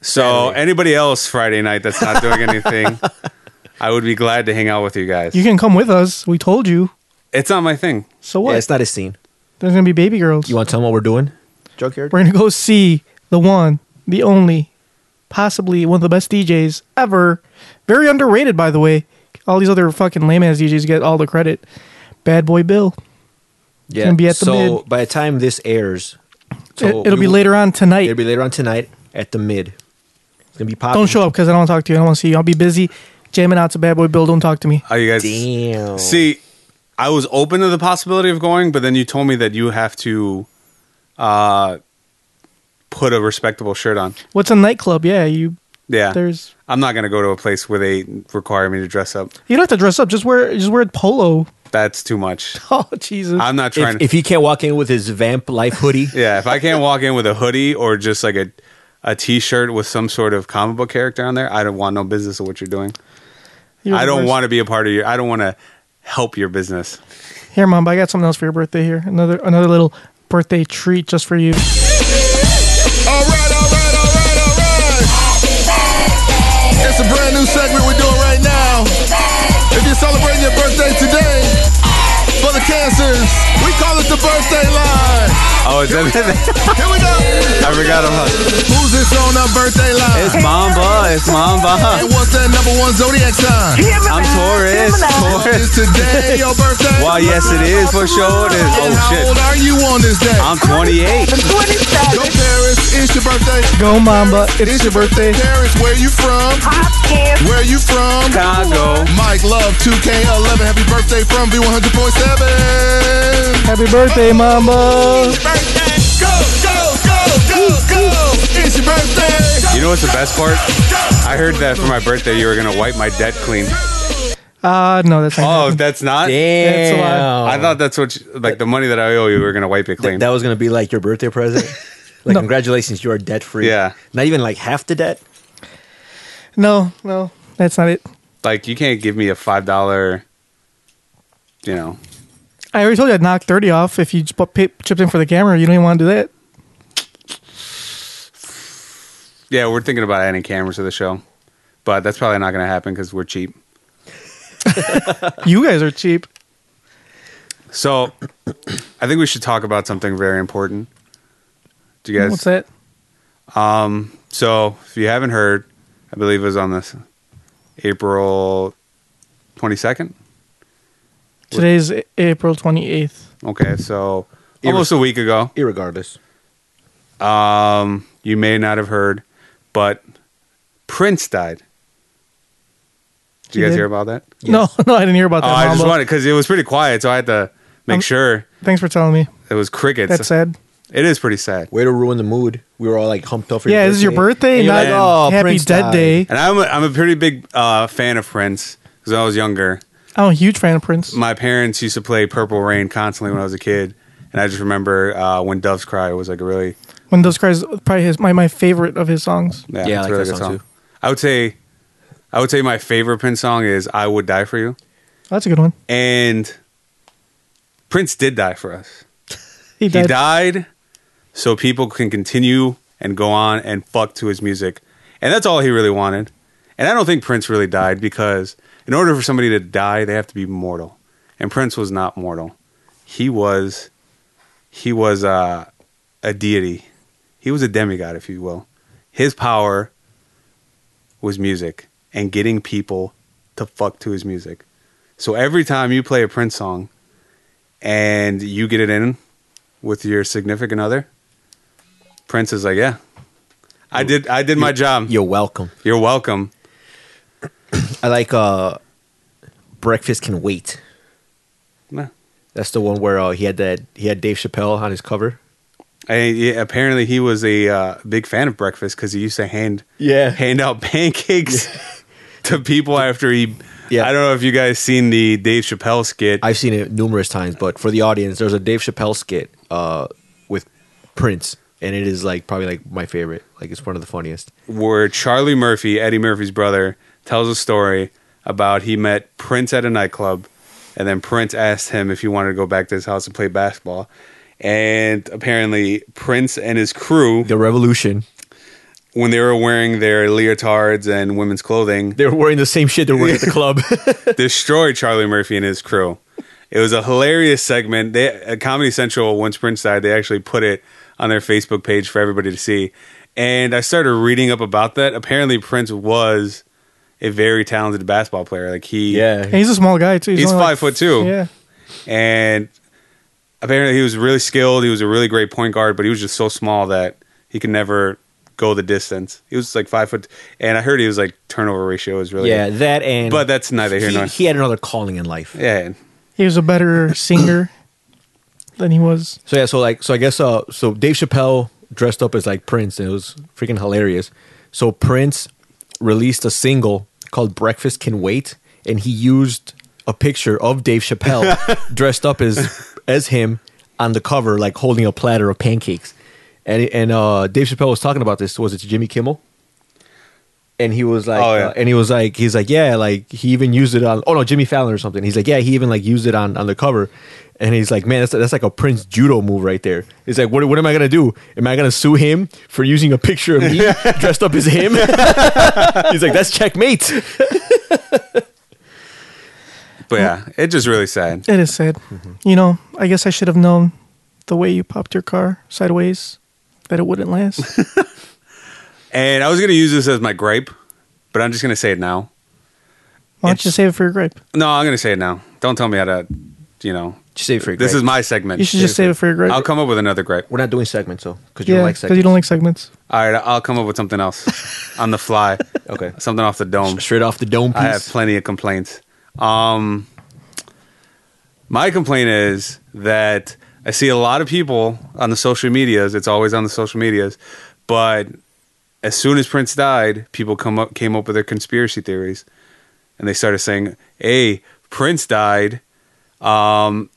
B: So
D: Saturday.
B: anybody else Friday night that's not doing anything, I would be glad to hang out with you guys.
A: You can come with us. We told you.
B: it's not my thing.
A: So what?
D: Yeah, it's not a scene.
A: There's gonna be baby girls.
D: You want to tell them what we're doing? Junkyard.
A: We're gonna go see the one, the only, possibly one of the best DJs ever. Very underrated, by the way. All these other fucking lame ass DJs get all the credit. Bad Boy Bill.
D: Yeah.
A: gonna be at the
D: so
A: mid.
D: by the time this airs, so
A: it, will
D: we
A: be
D: will-
A: later on tonight.
D: It'll be later on tonight at the mid. It's gonna be popping.
A: Don't show up because I don't want to talk to you. I don't want to see you. I'll be busy jamming out to Bad Boy Bill. Don't talk to me.
B: Are you guys?
D: Damn.
B: See, I was open to the possibility of going, but then you told me that you have to uh, put a respectable shirt on.
A: What's a nightclub? Yeah, you.
B: Yeah,
A: There's.
B: I'm not gonna go to a place where they require me to dress up.
A: You don't have to dress up. Just wear. Just wear a polo.
B: That's too much.
A: Oh Jesus.
B: I'm not trying.
D: if, if he can't walk in with his vamp life hoodie,
B: to, yeah, if I can't walk in with a hoodie or just like a a t-shirt with some sort of comic book character on there, I don't want no business of what you're doing.
A: You're
B: I
A: the
B: don't
A: worst.
B: want to be a part of your. I don't want to help your business.
A: Here, mom. I got something else for your birthday. Here, another another little birthday treat just for you.
H: All right, all right, all right, all right. It's a brand new segment we're doing right now. If you're celebrating your birthday today, for the cancers, we call it the birthday line.
B: Oh Oh, is that?
H: Here we go.
B: I forgot about.
H: Who's this on our birthday line?
B: It's Mamba. It's
H: And
B: Mamba.
H: what's that number one zodiac sign?
B: I'm Taurus.
H: Is
B: Taurus.
H: today your birthday?
B: Wow, yes, it is for sure. It
H: And
B: is.
H: how old
B: Oh shit.
H: are you on this day?
B: I'm 28.
H: Go Paris, it's your birthday.
A: Go Mamba, it's your birthday.
H: Paris, where you from? Where you from?
B: Chicago.
H: Mike Love, 2K11. Happy birthday from V100.7.
A: Happy birthday, Mamba.
H: Birthday. Go, go, go, go, go. It's your birthday.
B: You know what's the best part? I heard that for my birthday you were gonna wipe my debt clean.
A: Uh, no, that's not.
B: Oh, that's not.
D: Damn.
B: I thought that's what you, like the money that I owe you we were gonna wipe it clean.
D: that was gonna be like your birthday present. Like congratulations, you are debt free.
B: Yeah.
D: Not even like half the debt.
A: No, no, that's not it.
B: like you can't give me a five dollar. You know.
A: I already told you I'd knock 30 off if you just put pay, chipped in for the camera. You don't even want to do that.
B: Yeah, we're thinking about adding cameras to the show, but that's probably not gonna happen because we're cheap.
A: You guys are cheap.
B: So, I think we should talk about something very important. Do you guys?
A: What's that?
B: So, if you haven't heard, I believe it was on this April twenty second.
A: Today's A- April 28th.
B: Okay, so almost a week ago,
D: Irregardless.
B: you may not have heard, but Prince died. Did you
A: He
B: guys
A: did?
B: hear about that?
A: No, no, I didn't hear about that.
B: Oh, I just
A: Mamba.
B: wanted because it was pretty quiet, so I had to make
A: Um,
B: sure
A: Thanks for telling me.
B: it was crickets.
A: That's sad.
B: It is pretty sad,
D: Way to ruin the mood. We were all like humped up for
A: Yeah, this is your birthday.
D: And you're
A: Not
D: like, oh,
A: happy
D: Prince
A: dead
D: died.
A: day.
B: and I'm a, I'm a pretty big uh, fan of Prince because when I was younger,
A: I'm a huge fan of Prince.
B: my parents used to play Purple Rain constantly when I was a kid, and I just remember uh, when doves cry was like a really
A: When those cries, probably his my, my favorite of his songs.
B: yeah, it's
D: Yeah, I like
B: a really
D: that
B: good
D: song, too.
B: I would say, I would say my favorite Prince song is "I Would Die for You,"
A: That's a good one.
B: and Prince did die for us.
A: He
B: He
A: died.
B: died so people can continue and go on and fuck to his music. And that's all he really wanted. And I don't think Prince really died because in order for somebody to die, they have to be mortal. And Prince was not mortal. He was he was uh, a deity. He was a demigod, if you will. His power was music and getting people to fuck to his music. So every time you play a Prince song and you get it in with your significant other? Prince is like, yeah, I did. I did my job.
D: You're welcome.
B: You're welcome.
D: I like uh Breakfast Can Wait.
B: Nah.
D: That's the one where uh, he had that he had Dave Chappelle on his cover.
B: And yeah, apparently, he was a uh, big fan of breakfast because he used to hand
D: Yeah.
B: hand out pancakes to people after he.
D: Yeah.
B: I don't know if you guys seen the Dave Chappelle skit.
D: I've seen it numerous times, but for the audience, there's a Dave Chappelle skit uh, with Prince, and it is like probably like my favorite. Like it's one of the funniest.
B: where Charlie Murphy, Eddie Murphy's brother, tells a story about he met Prince at a nightclub, and then Prince asked him if he wanted to go back to his house and play basketball. And apparently, Prince and his crew,
D: The Revolution.
B: when they were wearing their leotards and women's clothing,
D: They were wearing the same shit they were wearing at the club.
B: destroyed Charlie Murphy and his crew. It was a hilarious segment. They, uh, Comedy Central, once Prince died, they actually put it on their Facebook page for everybody to see. And I started reading up about that. Apparently, Prince was a very talented basketball player. Like he,
A: And he's a small guy too.
B: He's
A: only,
B: five foot two.
A: Yeah,
B: and apparently he was really skilled. He was a really great point guard, but he was just so small that he could never go the distance. He was like five foot, and I heard he was like turnover ratio is really
D: yeah, that and
B: But that's neither here
D: he,
B: nor
D: he had another calling in life.
B: yeah.
A: he was a better singer than he was.
D: So yeah, so like so I guess uh so Dave Chappelle dressed up as like Prince and it was freaking hilarious. So Prince released a single called Breakfast Can Wait and he used a picture of Dave Chappelle dressed up as as him on the cover like holding a platter of pancakes. And and uh Dave Chappelle was talking about this was it to Jimmy Kimmel? And he was like
B: Oh, yeah.
D: uh, and he was like he's like yeah like he even used it on oh no jimmy fallon or something he's like yeah he even like used it on on the cover and he's like man that's, that's like a prince judo move right there he's like what, what am i gonna do am i gonna sue him for using a picture of me dressed up as him he's like that's checkmate
B: But yeah, it just really sad.
D: Mm-hmm.
A: It is sad. You know, I guess I should have known the way you popped your car sideways that it wouldn't last?
B: And I was gonna use this as my gripe, but I'm just gonna say it now.
A: Why don't you save it for your grape?
B: No, I'm gonna say it now. Don't tell me how to, you know.
D: Just save it for your
B: This
D: gripe.
B: is my segment.
A: You should just save it for your grape.
B: I'll come up with another gripe.
D: We're not doing segments, though, because you
A: yeah,
D: don't like
A: because
D: segments.
A: you don't like segments.
B: All right, I'll come up with something else on the fly.
D: Okay.
B: Something off the dome.
D: Straight off the dome piece.
B: I have plenty of complaints. Um, my complaint is that I see a lot of people on the social medias. It's always on the social medias, but as soon as Prince died, people come up came up with their conspiracy theories, and they started saying, "Hey, Prince died," um,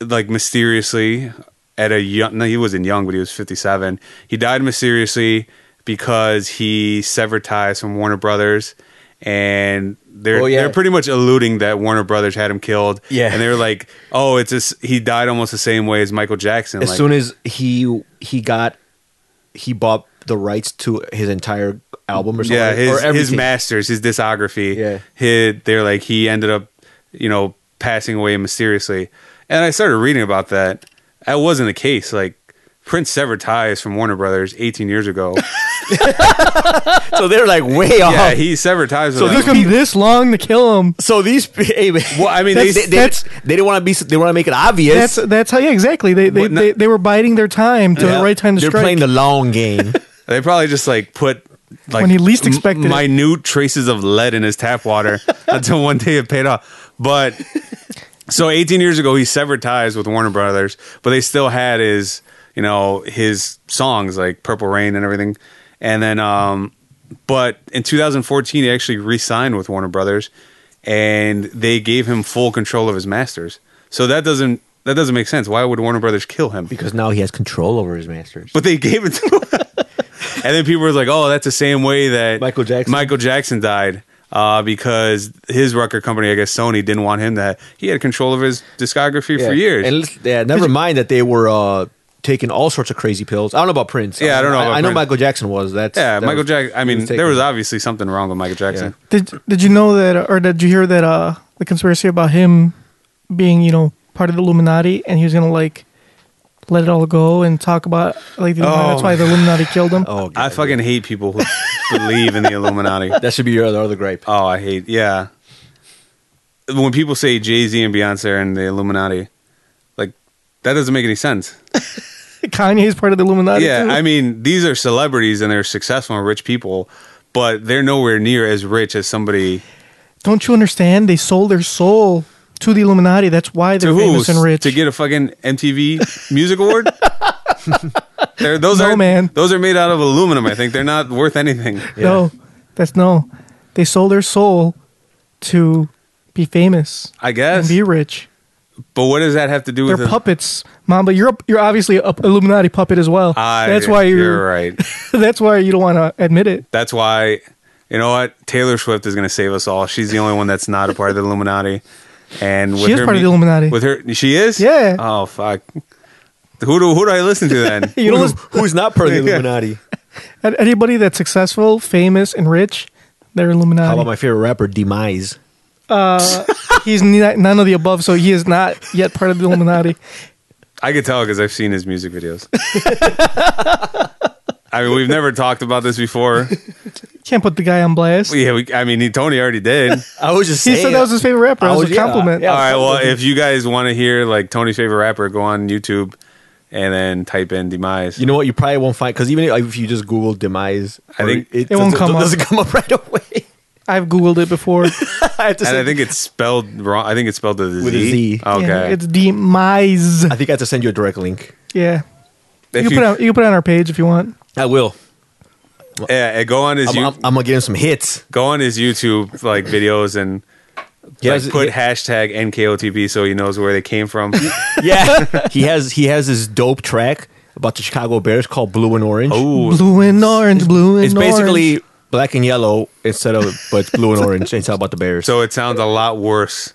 B: like mysteriously at a young. No, he wasn't young, but he was fifty seven. He died mysteriously because he severed ties from Warner Brothers, and they're
D: Oh, yeah.
B: they're pretty much alluding that Warner Brothers had him killed.
D: Yeah.
B: and they were like, "Oh, it's this, he died almost the same way as Michael Jackson."
D: as
B: like,
D: soon as he he got he bought the rights to his entire album or something
B: yeah,
D: or
B: his, his
D: everything.
B: masters, his discography.
D: Yeah.
B: his, they're like he ended up, you know, passing away mysteriously. And I started reading about that. That wasn't the case. Like Prince severed ties from Warner Brothers 18 years ago.
D: so they're like way off
B: yeah, he severed ties. With
D: So
B: them.
A: Took him this long to kill him.
D: so these hey, man,
B: Well, I mean,
D: they,
B: they-
D: they,
A: that's-
D: they didn't want to be they want to make it obvious
A: That's that's how. Yeah, exactly. They they,
B: But no-
A: they, they were biding their time to
D: Yeah.
A: the right time to
D: they're
A: strike.
D: playing the long game
B: They probably just like put like
A: When he least
B: m-
A: expected it.
B: minute traces of lead in his tap water until one day it paid off. But so 18 years ago, he severed ties with Warner Brothers, but they still had his you know his songs like Purple Rain and everything. And then, um, but in 2014, he actually re-signed with Warner Brothers, and they gave him full control of his masters. So that doesn't that doesn't make sense. Why would Warner Brothers kill him?
D: because now he has control over his masters
B: but they gave it to him. and then people were like, "Oh, that's the same way that
D: Michael Jackson.
B: Michael Jackson died." Uh, because his record company, I guess Sony, didn't want him that he had control of his discography
D: yeah.
B: for years.
D: and let's- yeah, never mind that they were uh taking all sorts of crazy pills I don't know about Prince
B: Yeah, I don't know
D: I,
B: about
D: I know
B: Prince.
D: Michael Jackson was that's
B: yeah,
D: that
B: Michael
D: was-
B: Jackson. I
D: he
B: mean,
D: taking-
B: there was obviously something wrong with Michael Jackson.
A: Did did you know that, uh, or did you hear that uh, the conspiracy about him being, you know, part of the Illuminati, and he was gonna like let it all go and talk about like the Illuminati. that's why the Illuminati killed him.
D: oh
B: I
D: God.
B: fucking hate people who believe in the Illuminati.
D: that should be your other, other gripe
B: Oh, I hate. Yeah, when people say Jay Z and Beyonce are in the Illuminati, like that doesn't make any sense.
A: Kanye's part of the Illuminati.
B: yeah,
A: too.
B: I mean, these are celebrities and they're successful and rich people, but they're nowhere near as rich as somebody
A: don't you understand? They sold their soul to the Illuminati. That's why they're
B: to who
A: famous and rich.
B: to get a fucking MTV Music Award. They're- those
A: No,
B: are
A: man.
B: Those are made out of aluminum. I think they're not worth anything.
A: No, that's no. They sold their soul to be famous
B: I
A: and
B: guess.
A: be rich.
B: But what does that have to do
A: They're
B: with? it?
A: puppets, Mamba. You're you're obviously a Illuminati puppet as well.
B: I-
A: that's why you're.
B: you're right.
A: that's why you don't want to admit it.
B: That's why. You know what? Taylor Swift is going to save us all. She's the only one that's not a part of the Illuminati. And with
A: She is
B: her
A: part of
B: mu-
A: the Illuminati.
B: With her, she is.
A: Yeah.
B: Oh fuck. Who do who do I listen to then?
A: You don't listen,
D: who's not part of the Illuminati
A: an- anybody that's successful, famous, and rich, they're Illuminati.
D: how about my favorite rapper Demise
A: He's ni- none of the above, so he is not yet part of the Illuminati.
B: I could tell because I've seen his music videos. I mean, we've never talked about this before.
A: Can't put the guy on blast.
B: Yeah, we, I mean, he, Tony already did.
D: I was just
A: He
D: saying
A: said that was his favorite rapper.
D: I
A: That was
D: was-
A: a
D: yeah,
A: compliment.
D: yeah.
B: All right. Well, if you guys want to hear like Tony's favorite rapper, go on YouTube and then type in demise.
D: You know what? You probably won't find because even if you just Google demise,
B: I
D: or
B: think-
A: It won't
D: doesn't-
A: come up.
D: Doesn't come up right away.
A: I've googled it before.
D: I have to
B: and
D: send,
B: I think it's spelled wrong. I think it's spelled with a Z.
D: With a Z.
B: Okay.
A: Yeah, it's demise.
D: I think I have to send you a direct link.
A: Yeah.
B: If
A: You can,
B: you-
A: put it on, you can put it on our page if you want.
D: I will.
B: yeah, and go on his
D: I'm,
B: you,
D: I'm, I'm gonna get him some hits.
B: go on his YouTube like videos and
D: He
B: like,
D: has-
B: put
D: he-
B: hashtag NKOTB so he knows where they came from.
D: yeah, he has he has this dope track about the Chicago Bears called Blue and Orange.
B: Ooh,
A: Blue and orange, blue and
D: it's
A: orange.
D: basically black and yellow instead of but it's blue and orange. It's all about the Bears.
B: so it sounds a lot worse.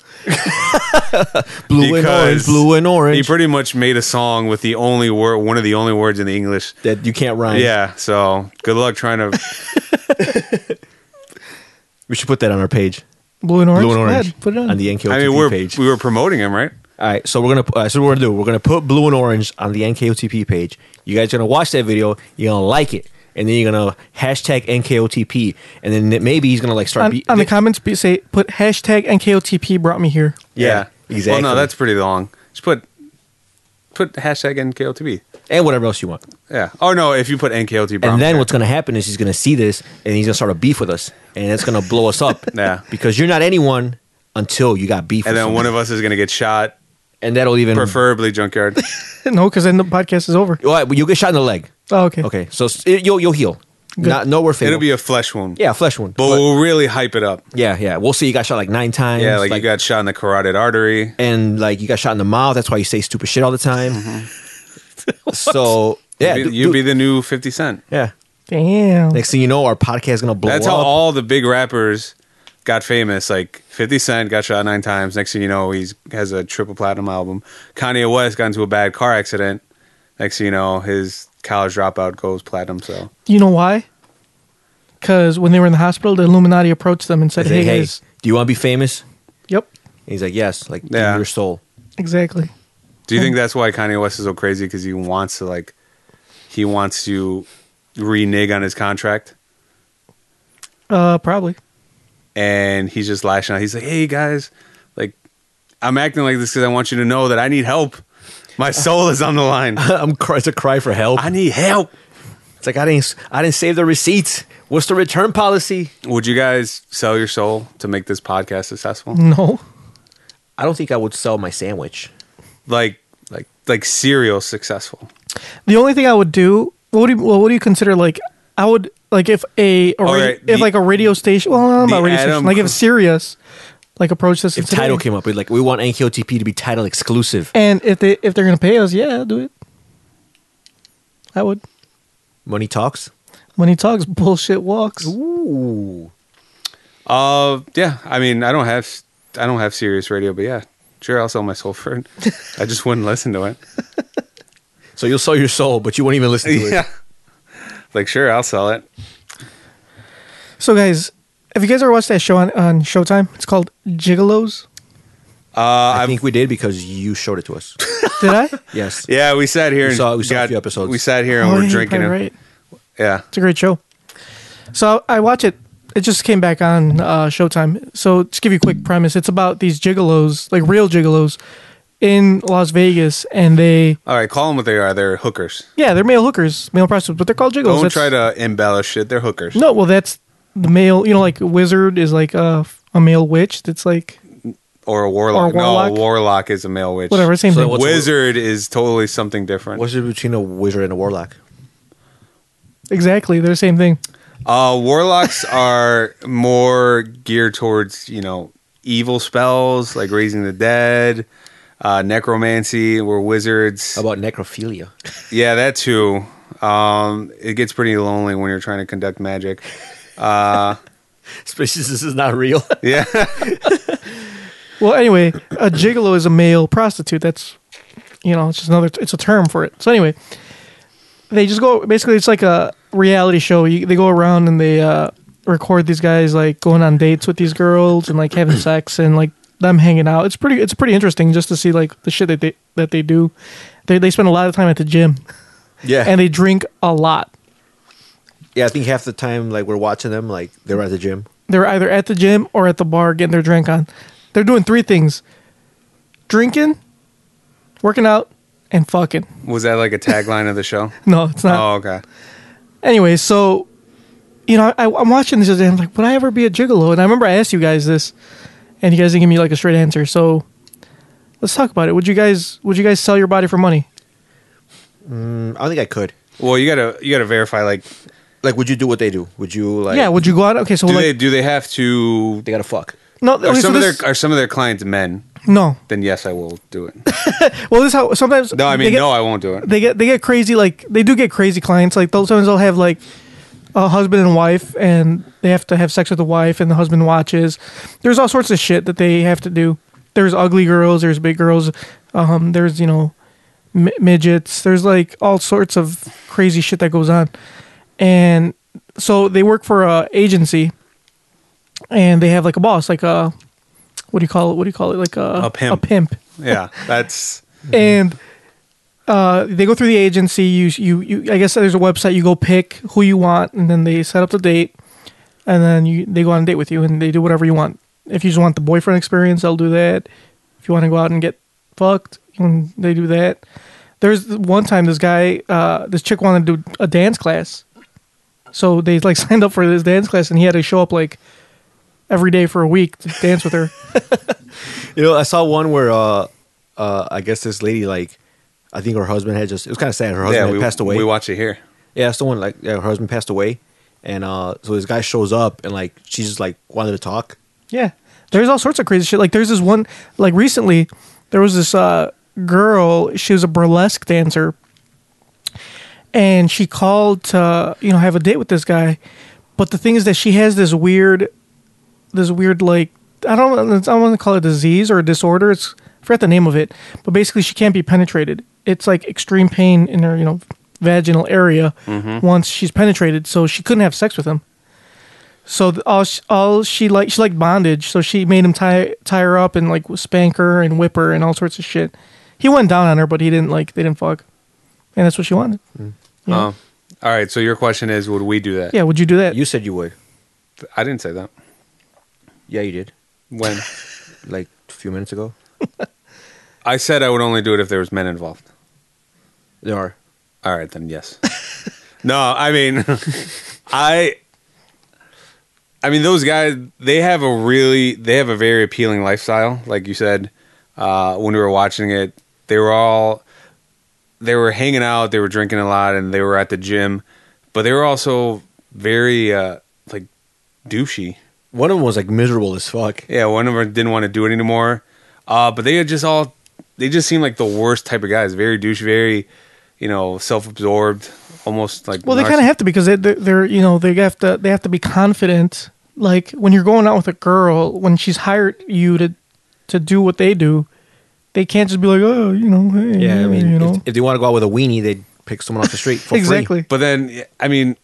D: blue and orange,
B: because
D: blue and
B: He
D: orange
B: pretty much made a song with the only word, one of the only words in the English.
D: that you can't rhyme.
B: Yeah. So good luck trying to.
D: we should put that on our page.
A: blue and orange.
D: Blue and orange
A: Yeah, put it on.
D: the NKOTB
B: I mean, we're
D: page.
B: we were promoting him, right?
D: All right, so we're gonna uh, so what we're gonna do. We're gonna put blue and orange on the NKOTP page. You guys are gonna watch that video. You're gonna like it, and then you're gonna hashtag NKOTP, and then maybe he's gonna like start.
A: On,
D: be-
A: on the comments, be- say put hashtag NKOTP brought me here.
D: yeah, exactly.
B: Well, no, that's pretty long. Just put put hashtag NKLTB.
D: and whatever else you want.
B: Yeah. Oh no, if you put NKLTB,
D: And then what's going to happen is he's going to see this and he's going to start a beef with us and it's going to blow us up.
B: Yeah.
D: Because you're not anyone until you got beef
B: and
D: with
B: then one
D: someone.
B: of us is gonna get shot,
D: and that'll even
B: preferably junkyard.
A: no, because then the podcast is over.
D: All right, but you'll get shot in the leg.
A: Oh, okay.
D: Okay. So s- it, you'll you'll heal. Not nowhere fatal.
B: It'll be a flesh wound.
D: yeah, flesh wound.
B: But we'll really hype it up.
D: But- yeah, yeah. We'll see you got shot like 9 times.
B: Yeah, like, you got shot in the carotid artery.
D: and like you got shot in the mouth, that's why you say stupid shit all the time. so yeah,
B: you'd be,
D: du-
B: you'd
D: du-
B: be the new Fifty Cent.
D: yeah.
A: Damn.
D: Next thing you know, our podcast is gonna blow
B: That's
D: up.
B: how all the big rappers got famous. Like 50 Cent got shot nine times. Next thing you know, he's has a triple platinum album. Kanye West got into a bad car accident. Next thing you know, his college dropout goes platinum. So
A: You know why? Because when they were in the hospital, the Illuminati approached them and said,
D: I say,
A: "Hey,
D: hey,
A: guys."
D: do you want to be famous?
A: Yep.
D: And he's like, yes. Like, give
B: Yeah.
D: me your soul.
A: Exactly.
B: do you think that's why Kanye West is so crazy? Because he wants to like, he wants to renege on his contract,
A: Uh, probably.
B: and he's just lashing out. He's like, "Hey guys, like, I'm acting like this because I want you to know that I need help. My soul is on the line.
D: I'm cry- it's a cry for help.
B: I need help."
D: It's like I didn't I didn't save the receipts. What's the return policy?
B: Would you guys sell your soul to make this podcast successful?
A: No.
D: I don't think I would sell my sandwich.
B: Like, like, like serial successful.
A: The only thing I would do, what do you, well, what do you consider like? I would like if a, a
B: All
A: ra-
B: right,
A: if
B: the-
A: like a radio station. Well, no,
B: the
A: not radio
B: Adam
A: station. Like
B: Cr-
A: if Sirius, like approached us
D: If
A: and said,
D: title
A: "Hey,"
D: came up, we'd like we want NKOTP to be title exclusive.
A: and if they if they're gonna pay us, yeah, I'll do it. I would.
D: Money talks.
A: When he talks, bullshit walks.
D: Ooh.
B: Uh, yeah. I mean, I don't have, I don't have serious radio, but yeah, sure, I'll sell my soul for it. I just wouldn't listen to it.
D: So you'll sell your soul, but you won't even listen to it.
B: yeah. Like, sure, I'll sell it.
A: So, guys, have you guys ever watched that show on on Showtime? It's called Gigolos.
D: I think we did because you showed it to us.
A: Did I?
D: Yes.
B: Yeah, we sat here
D: We
B: and
D: saw- we saw a few episodes.
B: We sat here and
A: Oh, yeah,
B: we're
A: you're
B: drinking
A: probably
B: it.
A: Right.
B: Yeah.
A: It's a great show. So I watch it. It just came back on uh, Showtime. So just give you a quick premise. It's about these gigolos, like real gigolos, in Las Vegas, and they
B: All right, call them what they are. They're hookers.
A: yeah, they're male hookers, male prostitutes, but they're called gigolos.
B: Don't
A: That's-
B: try to embellish it. They're hookers.
A: No, well, that's the male. You know, like wizard is like a a male witch. That's like
B: Or a warlock.
A: warlock.
B: No, a warlock is a male witch.
A: whatever, same
D: So
A: thing.
D: what's-
B: Wizard is totally something different.
D: What's it between a wizard and a warlock?
A: Exactly, they're the same thing.
B: Uh, warlocks are more geared towards you know evil spells like raising the dead, uh, necromancy. We're wizards.
D: How about necrophilia?
B: Yeah, that too. Um, it gets pretty lonely when you're trying to conduct magic.
D: Especially since this is not real.
B: Yeah,
A: Well, anyway, a gigolo is a male prostitute. That's you know, it's just another. It's a term for it. So anyway, they just go. Basically, it's like a reality show. You, they go around and they uh, record these guys like going on dates with these girls and like having sex and like them hanging out. It's pretty. It's pretty interesting just to see like the shit that they that they do. They they spend a lot of time at the gym
D: yeah.
A: and they drink a lot.
D: yeah, I think half the time like we're watching them, like they're at the gym.
A: They're either at the gym or at the bar getting their drink on. They're doing three things: drinking, working out, and fucking.
B: was that like a tagline of the show?
A: No, it's not.
B: Oh, okay.
A: Anyway, so you know, I, I'm watching this and I'm like, would I ever be a gigolo? And I remember I asked you guys this, and you guys didn't give me like a straight answer. So let's talk about it. Would you guys would you guys sell your body for money?
D: Mm, I don't think I could.
B: Well, you gotta you gotta verify. Like,
D: Like, would you do what they do? Would you like?
A: yeah. Would you go out? Okay, so
B: do
A: like
B: they do they have to?
D: they gotta fuck.
A: no.
B: Are
A: Okay, so
B: some
A: this,
B: of their are some of their clients men?
A: no.
B: Then yes, I will do it.
A: Well, this is how sometimes
B: No, I
A: they
B: mean
A: get-
B: no, I won't do it.
A: they get they get crazy like they do get crazy clients like those sometimes they'll have like a husband and wife and they have to have sex with the wife and the husband watches there's all sorts of shit that they have to do there's ugly girls there's big girls um there's you know mi- midgets there's like all sorts of crazy shit that goes on and so they work for a agency and they have like a boss like a what do you call it what do you call it like a
B: A pimp.
A: a pimp
B: Yeah, that's
A: Mm-hmm. and uh, they go through the agency. You, you, you. I guess there's a website. You go pick who you want, and then they set up the date, and then you they go on a date with you, and they do whatever you want. If you just want the boyfriend experience, they'll do that. If you want to go out and get fucked, mm, they do that. There's one time this guy, uh, this chick wanted to do a dance class, so they like signed up for this dance class, and he had to show up like every day for a week to dance with her.
D: You know, I saw one where uh, uh, I guess this lady like, I think her husband had just it was kind of sad. Her husband
B: yeah.
D: had
B: We
D: passed away.
B: We watch it here.
D: yeah, someone like yeah, her husband passed away, and uh, so this guy shows up and like she just like wanted to talk.
A: Yeah. There's all sorts of crazy shit. Like there's this one like recently there was this uh girl, she was a burlesque dancer. And she called to, you know, have a date with this guy. But the thing is that she has this weird this weird like I don't I don't want to call it a disease or a disorder. It's I forgot the name of it. But basically she can't be penetrated. It's like extreme pain in her, you know, vaginal area once she's penetrated. So she couldn't have sex with him. So th- all she, all she like she liked bondage. So she made him tie tie her up and like spank her and whip her and all sorts of shit. He went down on her, but he didn't like they didn't fuck, and that's what she wanted. Yeah.
B: Um, all right. So your question is, would we do that?
A: Yeah, would you do that?
D: You said you would.
B: I didn't say that.
D: Yeah, you did.
B: When
D: Like a few minutes ago.
B: I said I would only do it if there was men involved.
D: There are.
B: All right, then yes. no, I mean, I, I mean those guys. They have a really, they have a very appealing lifestyle. Like you said, uh, when we were watching it, they were all, they were hanging out, they were drinking a lot, and they were at the gym, but they were also very uh, like douchey.
D: One of them was like miserable as fuck.
B: Yeah, one of them didn't want to do it anymore. Uh, but they had just all they just seemed like the worst type of guys. Very douche, very you know self absorbed, almost like
A: well, they kind of have to because they, they're, they're you know they have to they have to be confident. Like when you're going out with a girl, when she's hired you to to do what they do, they can't just be like oh you know hey,
D: Yeah, I mean,
A: you
D: if-
A: know
D: if, they want to go out with a weenie, they'd pick someone off the street for free.
A: exactly.
B: But then I mean,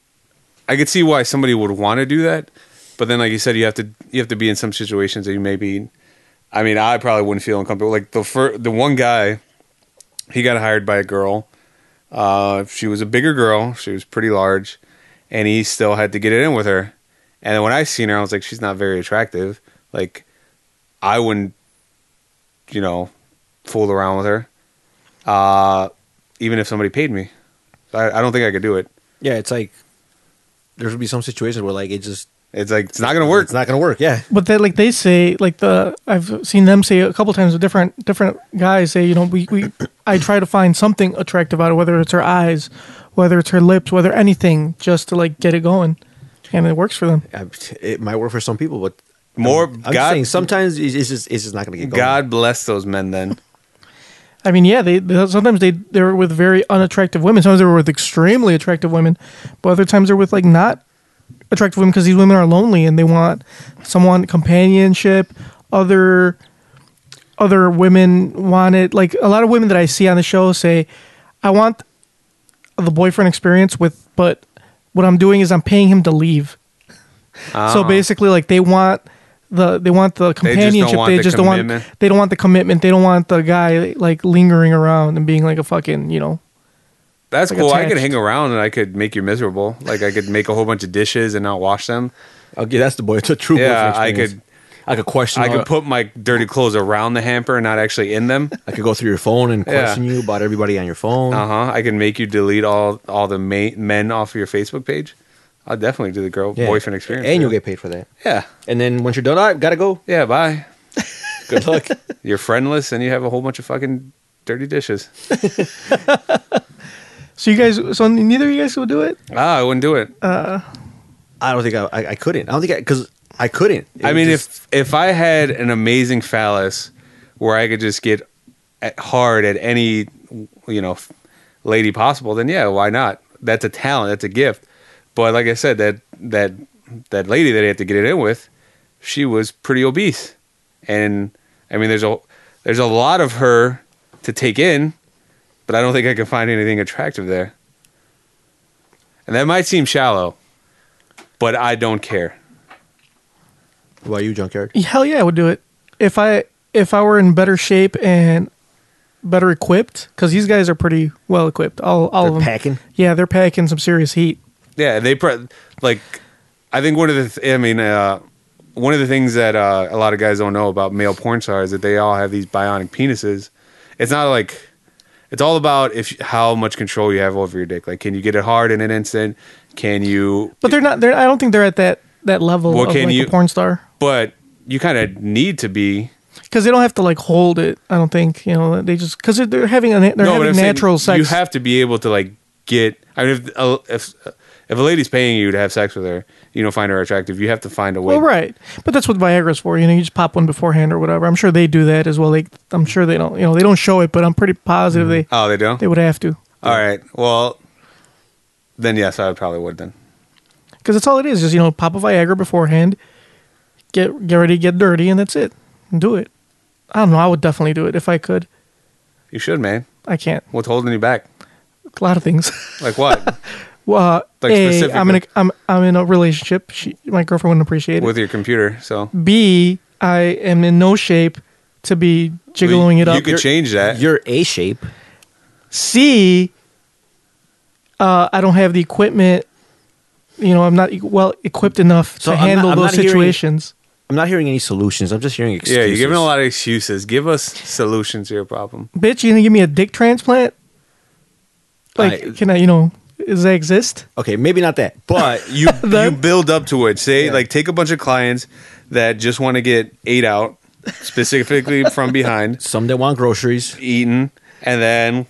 B: I could see why somebody would want to do that. But then, like you said, you have to you have to be in some situations that you maybe. I mean, I probably wouldn't feel uncomfortable. Like the fir- the one guy, he got hired by a girl. Uh, she was a bigger girl. She was pretty large, and he still had to get it in with her. And then when I seen her, I was like, she's not very attractive. Like, I wouldn't, you know, fool around with her. Uh, even if somebody paid me, So I, I don't think I could do it.
D: Yeah, it's like there would be some situations where like it just
B: It's like it's not gonna work.
D: It's not gonna work. Yeah,
A: But that, like they say, like the I've seen them say a couple times. Different different guys say, you know, we, we I try to find something attractive out of it, whether it's her eyes, whether it's her lips, whether anything, just to like get it going, and it works for them.
D: I- it might work for some people, but
B: More
D: I'm just
B: God,
D: saying sometimes it's it's just it's just not gonna get going.
B: God bless those men. Then
A: I mean, yeah, they, they sometimes they they're with very unattractive women. Sometimes they're with extremely attractive women, but other times they're with like not attractive women because these women are lonely and they want someone companionship. Other other women want it. Like a lot of women that I see on the show say, "I want the boyfriend experience with, but what I'm doing is I'm paying him to leave."
B: Um,
A: So basically, like they want the they want the
B: Ah. don't
A: companionship.
B: want
A: They
B: the
A: just don't want,
B: commitment.
A: they don't want the commitment. They don't want the guy like lingering around and being like a fucking you know.
B: that's
A: Like
B: cool. I could
A: attached.
B: hang around and I could make you miserable. Like I could make a whole bunch of dishes and not wash them.
D: Okay, that's the boy. It's a true.
B: Yeah,
D: boyfriend
B: I
D: experience. I could question.
B: I
D: all-
B: could put my dirty clothes around the hamper and not actually in them.
D: I could go through your phone and
B: Yeah.
D: question you about everybody on your phone.
B: Uh huh. I can make you delete all all the ma- men off of your Facebook page. I'll definitely do the girl
D: Yeah.
B: boyfriend experience.
D: and
B: yeah.
D: you'll get paid for that.
B: yeah
D: And then once you're done, all right, gotta go.
B: yeah bye.
D: Good luck.
B: You're friendless and you have a whole bunch of fucking dirty dishes.
A: So you guys, so neither of you guys will do it.
B: Ah, I wouldn't do it.
D: I don't think I, I, I couldn't. I don't think I because I couldn't. It
B: I
D: would
B: mean,
D: just-
B: if if I had an amazing phallus where I could just get at, hard at any you know f- lady possible, then yeah, why not? That's a talent. That's a gift. But like I said, that that that lady that I had to get it in with, she was pretty obese, and I mean, there's a there's a lot of her to take in, but I don't think I can find anything attractive there. And that might seem shallow, but I don't care.
D: why you junkyard?
A: Hell yeah, I would do it if I if I were in better shape and better equipped, because these guys are pretty well equipped. All, all of
D: They're
A: them.
D: packing?
A: Yeah, they're packing some serious heat.
B: Yeah, they pre- like. I think one of the. Th- I mean, uh, one of the things that uh, a lot of guys don't know about male porn stars is that they all have these bionic penises. It's not like. It's all about if how much control you have over your dick. Like, can you get it hard in an instant? Can you?
A: But they're not. They're. I don't think they're at that that level
B: Well,
A: of
B: can
A: like
B: you-
A: a porn star
B: But you kind of need to be.
A: because they don't have to like hold it. I don't think you know they just because they're having a, they're
B: but
A: having
B: I'm saying
A: natural
B: You
A: sex.
B: have to be able to like get. I mean, if a, if uh, if a lady's paying you to have sex with her, you don't find her attractive. You have to find a way.
A: well, right, but that's what Viagra's for. You know, you just pop one beforehand or whatever. I'm sure they do that as well. They, I'm sure they don't. You know, they don't show it, but I'm pretty positive they
B: Oh, they don't.
A: they would have to
B: All right. Well, then yes, I probably would then.
A: because that's all it is. Just you know, pop a Viagra beforehand, get get ready, to get dirty, and that's it. Do it. I don't know. I would definitely do it if I could.
B: You should, man.
A: I can't.
B: What's holding you back?
A: A lot of things.
B: Like what?
A: Well, uh,
B: Like
A: a, I'm in a
B: specifically.
A: I'm I'm in a relationship. She, my girlfriend wouldn't appreciate it.
B: With your computer. So
A: B, I am in no shape to be jiggling it up.
B: You could change that.
D: You're A shape.
A: C, uh, I don't have the equipment. You know, I'm not e- well equipped enough to
D: So I'm not-
A: handle
D: I'm
A: those
D: not hearing-
A: situations.
D: I'm not hearing any solutions. I'm just hearing excuses.
B: yeah, you're giving a lot of excuses. Give us solutions to your problem.
A: Bitch, you gonna give me a dick transplant? Like,
D: I-
A: can I? You know, does that exist?
D: Okay, maybe not that.
B: But you you
A: Then-
B: build up to it. Say
D: Yeah.
B: like take a bunch of clients that just want to get ate out, specifically from behind,
D: Some that want groceries.
B: eaten, and then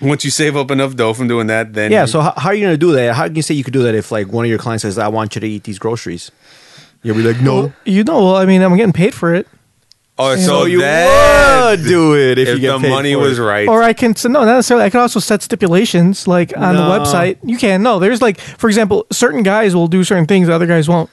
B: once you save up enough dough from doing that, then
D: Yeah.
B: you-
D: So how, how are you gonna do that? How can you say you could do that if like one of your clients says, "I want you to eat these groceries"? You'll be like, "No."
A: You know, well, I mean, I'm getting paid for it.
B: oh, so
D: you
B: that-
D: would do it if,
B: if
D: you get
B: the
D: paid
B: money
D: for
B: was
D: it.
B: right,
A: or I can so no, not necessarily. I can also set stipulations like on
D: No.
A: the website. You can no. There's like, for example, certain guys will do certain things, other guys won't,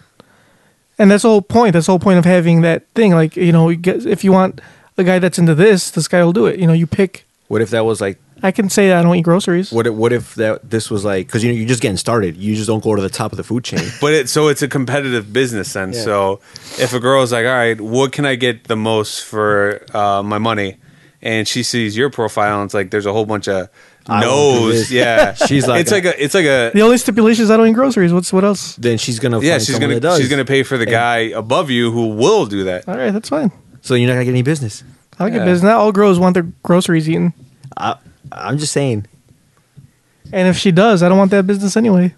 A: and that's the whole point. That's the whole point of having that thing. Like you know, you get, if you want a guy that's into this, this guy will do it. You know, you pick.
D: What if that was like?
A: I can say I don't eat groceries.
D: What if, what if that this was like? Because you know you're just getting started. You just don't go to the top of the food chain.
B: But it so it's a competitive business then.
D: Yeah.
B: So if a girl's like, all right, what can I get the most for uh, my money? And she sees your profile and it's like there's a whole bunch of
D: I won't do
B: no's.
D: this.
B: Yeah.
D: She's like
B: it's
D: a-
B: like a it's like a
A: The only stipulation is I don't eat groceries. What's what else?
D: then she's gonna
B: yeah,
D: find
B: she's
D: someone
B: gonna
D: that does.
B: she's gonna pay for the guy above you who will do that.
A: All right, that's fine.
D: So you're not gonna get any business.
A: I like
B: Yeah.
A: a business. Not all girls want their groceries eaten,
D: I'm just saying.
A: and if she does, I don't want that business anyway.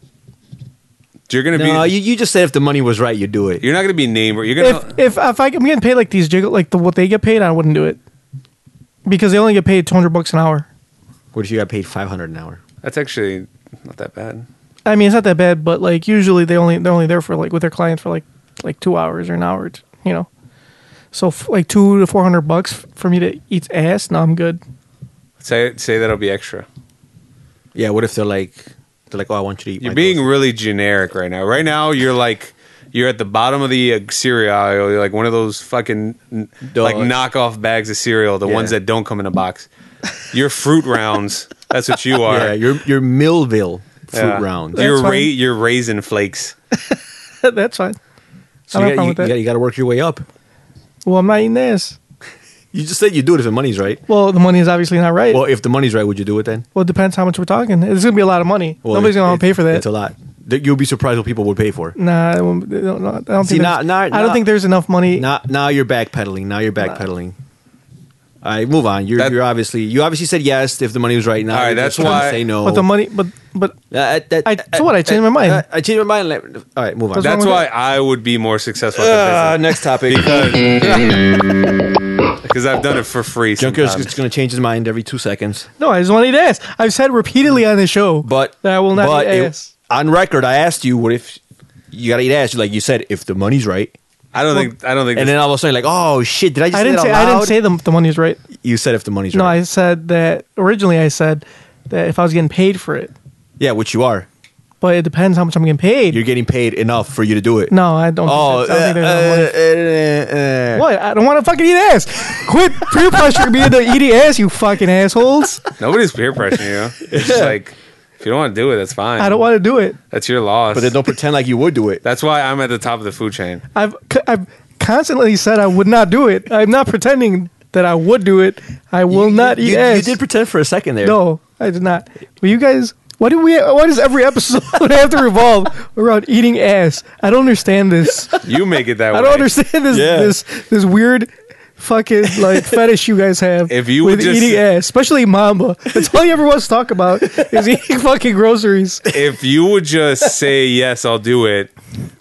B: You're gonna
D: No,
B: be
D: you, you just said if the money was right, you'd do it.
B: you, are not gonna be named or you're gonna
A: if if if I, I'm getting paid like these jiggle like the, what they get paid, I wouldn't do it because they only get paid 200 bucks an hour.
D: What if you got paid 500 an hour?
B: that's actually not that bad.
A: I mean, it's not that bad, but like usually they only they're only there for like with their client for like like two hours or an hour, t- you know. So f- like two to 400 bucks f- for me to eat ass. No, I'm good.
B: Say say that'll be extra.
D: Yeah. What if they're like they're like, oh, I want you to eat.
B: You're
D: my
B: being
D: groceries."
B: really generic right now. Right now, you're like you're at the bottom of the uh, cereal aisle. You're like one of those fucking n-
D: Duh.
B: like knockoff bags of cereal, the
D: Yeah.
B: ones that don't come in a box. Your fruit rounds. That's what you are.
D: Yeah. You're you're Millville fruit
B: Yeah.
D: round.
B: You're
A: That's
B: ra-
A: fine.
B: you're raisin flakes.
A: That's fine.
D: So
A: I don't
D: you
A: have a problem
D: got
A: with that.
D: you, got to work your way up.
A: Well, I'm not eating ass.
D: You just said you do it if the money's right.
A: Well, the money is obviously not right.
D: Well,
A: Well,
D: if the money's right, would you do it then?
A: it depends how much we're talking. It's gonna be a lot of money.
D: Well,
A: Nobody's gonna want
D: it-
A: to pay for
D: It's
A: that. Mm.
D: a lot. That You'll be surprised what people would pay for.
A: Nah, I won't- I don't, I don't
D: See,
A: think.
D: now-
A: there's-
D: now-
A: I
D: now-
A: don't think there's enough money.
D: Now, now you're backpedaling. Now you're backpedaling. All right, move on. You're,
B: That-
D: you're obviously you obviously said yes if the money was right. Now
B: All right,
D: you're
B: that's
D: just trying to
B: why-
D: say no.
A: But the money, but but
D: Uh, that-
A: I- so what, I changed my mind.
D: uh, I changed my mind. Like, All right, move on.
A: That's
B: That's
A: wrong
B: why
A: with
B: I would be more successful.
D: Uh,
B: at the
D: next topic.
B: business because I've done it for free.
D: Junker's
B: sometimes.
D: just going to change his mind every two seconds.
A: no, I just want to eat ass. I've said repeatedly on this show,
D: But
A: that I will not
D: but
A: eat
D: it-
A: ass.
D: on record, I asked you, what if you got to eat ass? Like you said, if the money's right.
B: I don't think. I don't think.
D: And
B: this-
D: then all of a sudden, like, oh shit, did I just
A: I didn't
D: that
A: say
D: out
A: I
D: loud?
A: didn't say the the money is right.
D: You said if the money's
A: No,
D: right.
A: I said that originally. I said that if I was getting paid for it,
D: yeah, which you are.
A: but it depends how much I'm getting paid.
D: You're getting paid enough for you to do it.
A: no, I don't. think
D: Oh,
A: that's- I don't think there's enough money.
D: uh, uh, uh, uh.
A: What? I don't want to fucking eat ass. Quit peer pressure me into eating ass, you fucking assholes.
B: nobody's peer pressuring you. It's just like if you don't want to do it, that's fine.
A: I don't want to do it.
B: That's your loss.
D: But then don't pretend like you would do it.
B: That's why I'm at the top of the food chain.
A: I've c- I've constantly said I would not do it. I'm not pretending that I would do it. I will not eat
D: you,
A: ass.
D: you did pretend for a second there.
A: No, I did not. But you guys, why do we? Why does every episode have to revolve around eating ass? I don't understand this.
B: You make it that way.
A: I don't understand this.
D: Yeah.
A: This this weird. Fucking like fetish you guys have
B: If you would
A: with
B: just-
A: eating ass, especially Mamba. That's all you ever wants to talk about is eating fucking groceries.
B: If you would just say yes, I'll do it,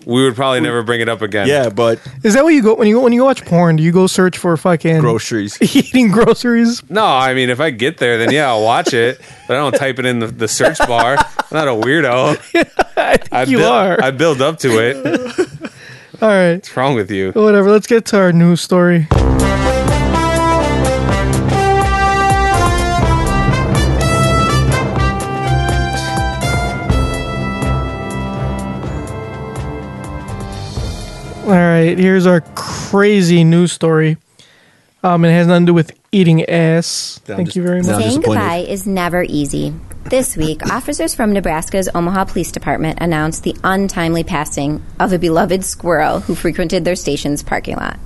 B: we would probably never bring it up again.
D: Yeah, but
A: Is that what you go when you go when you go watch porn? Do you go search for fucking
D: groceries.
A: eating groceries?
B: No, I mean, if I get there, then yeah, I'll watch it, but I don't type it in the, the search bar. I'm not a weirdo.
A: I think
B: I
A: you
B: buil-
A: are.
B: I build up to it. What's
A: all right.
B: wrong with you?
A: Whatever. Let's get to our news story. All right. Here's our crazy news story. Um, it has nothing to do with eating ass.
D: I'm
A: Thank
D: just-
A: you very
D: no,
A: much.
D: I'm
E: Saying
D: disappointed.
E: goodbye is never easy. This week, officers from Nebraska's Omaha Police Department announced the untimely passing of a beloved squirrel who frequented their station's parking lot.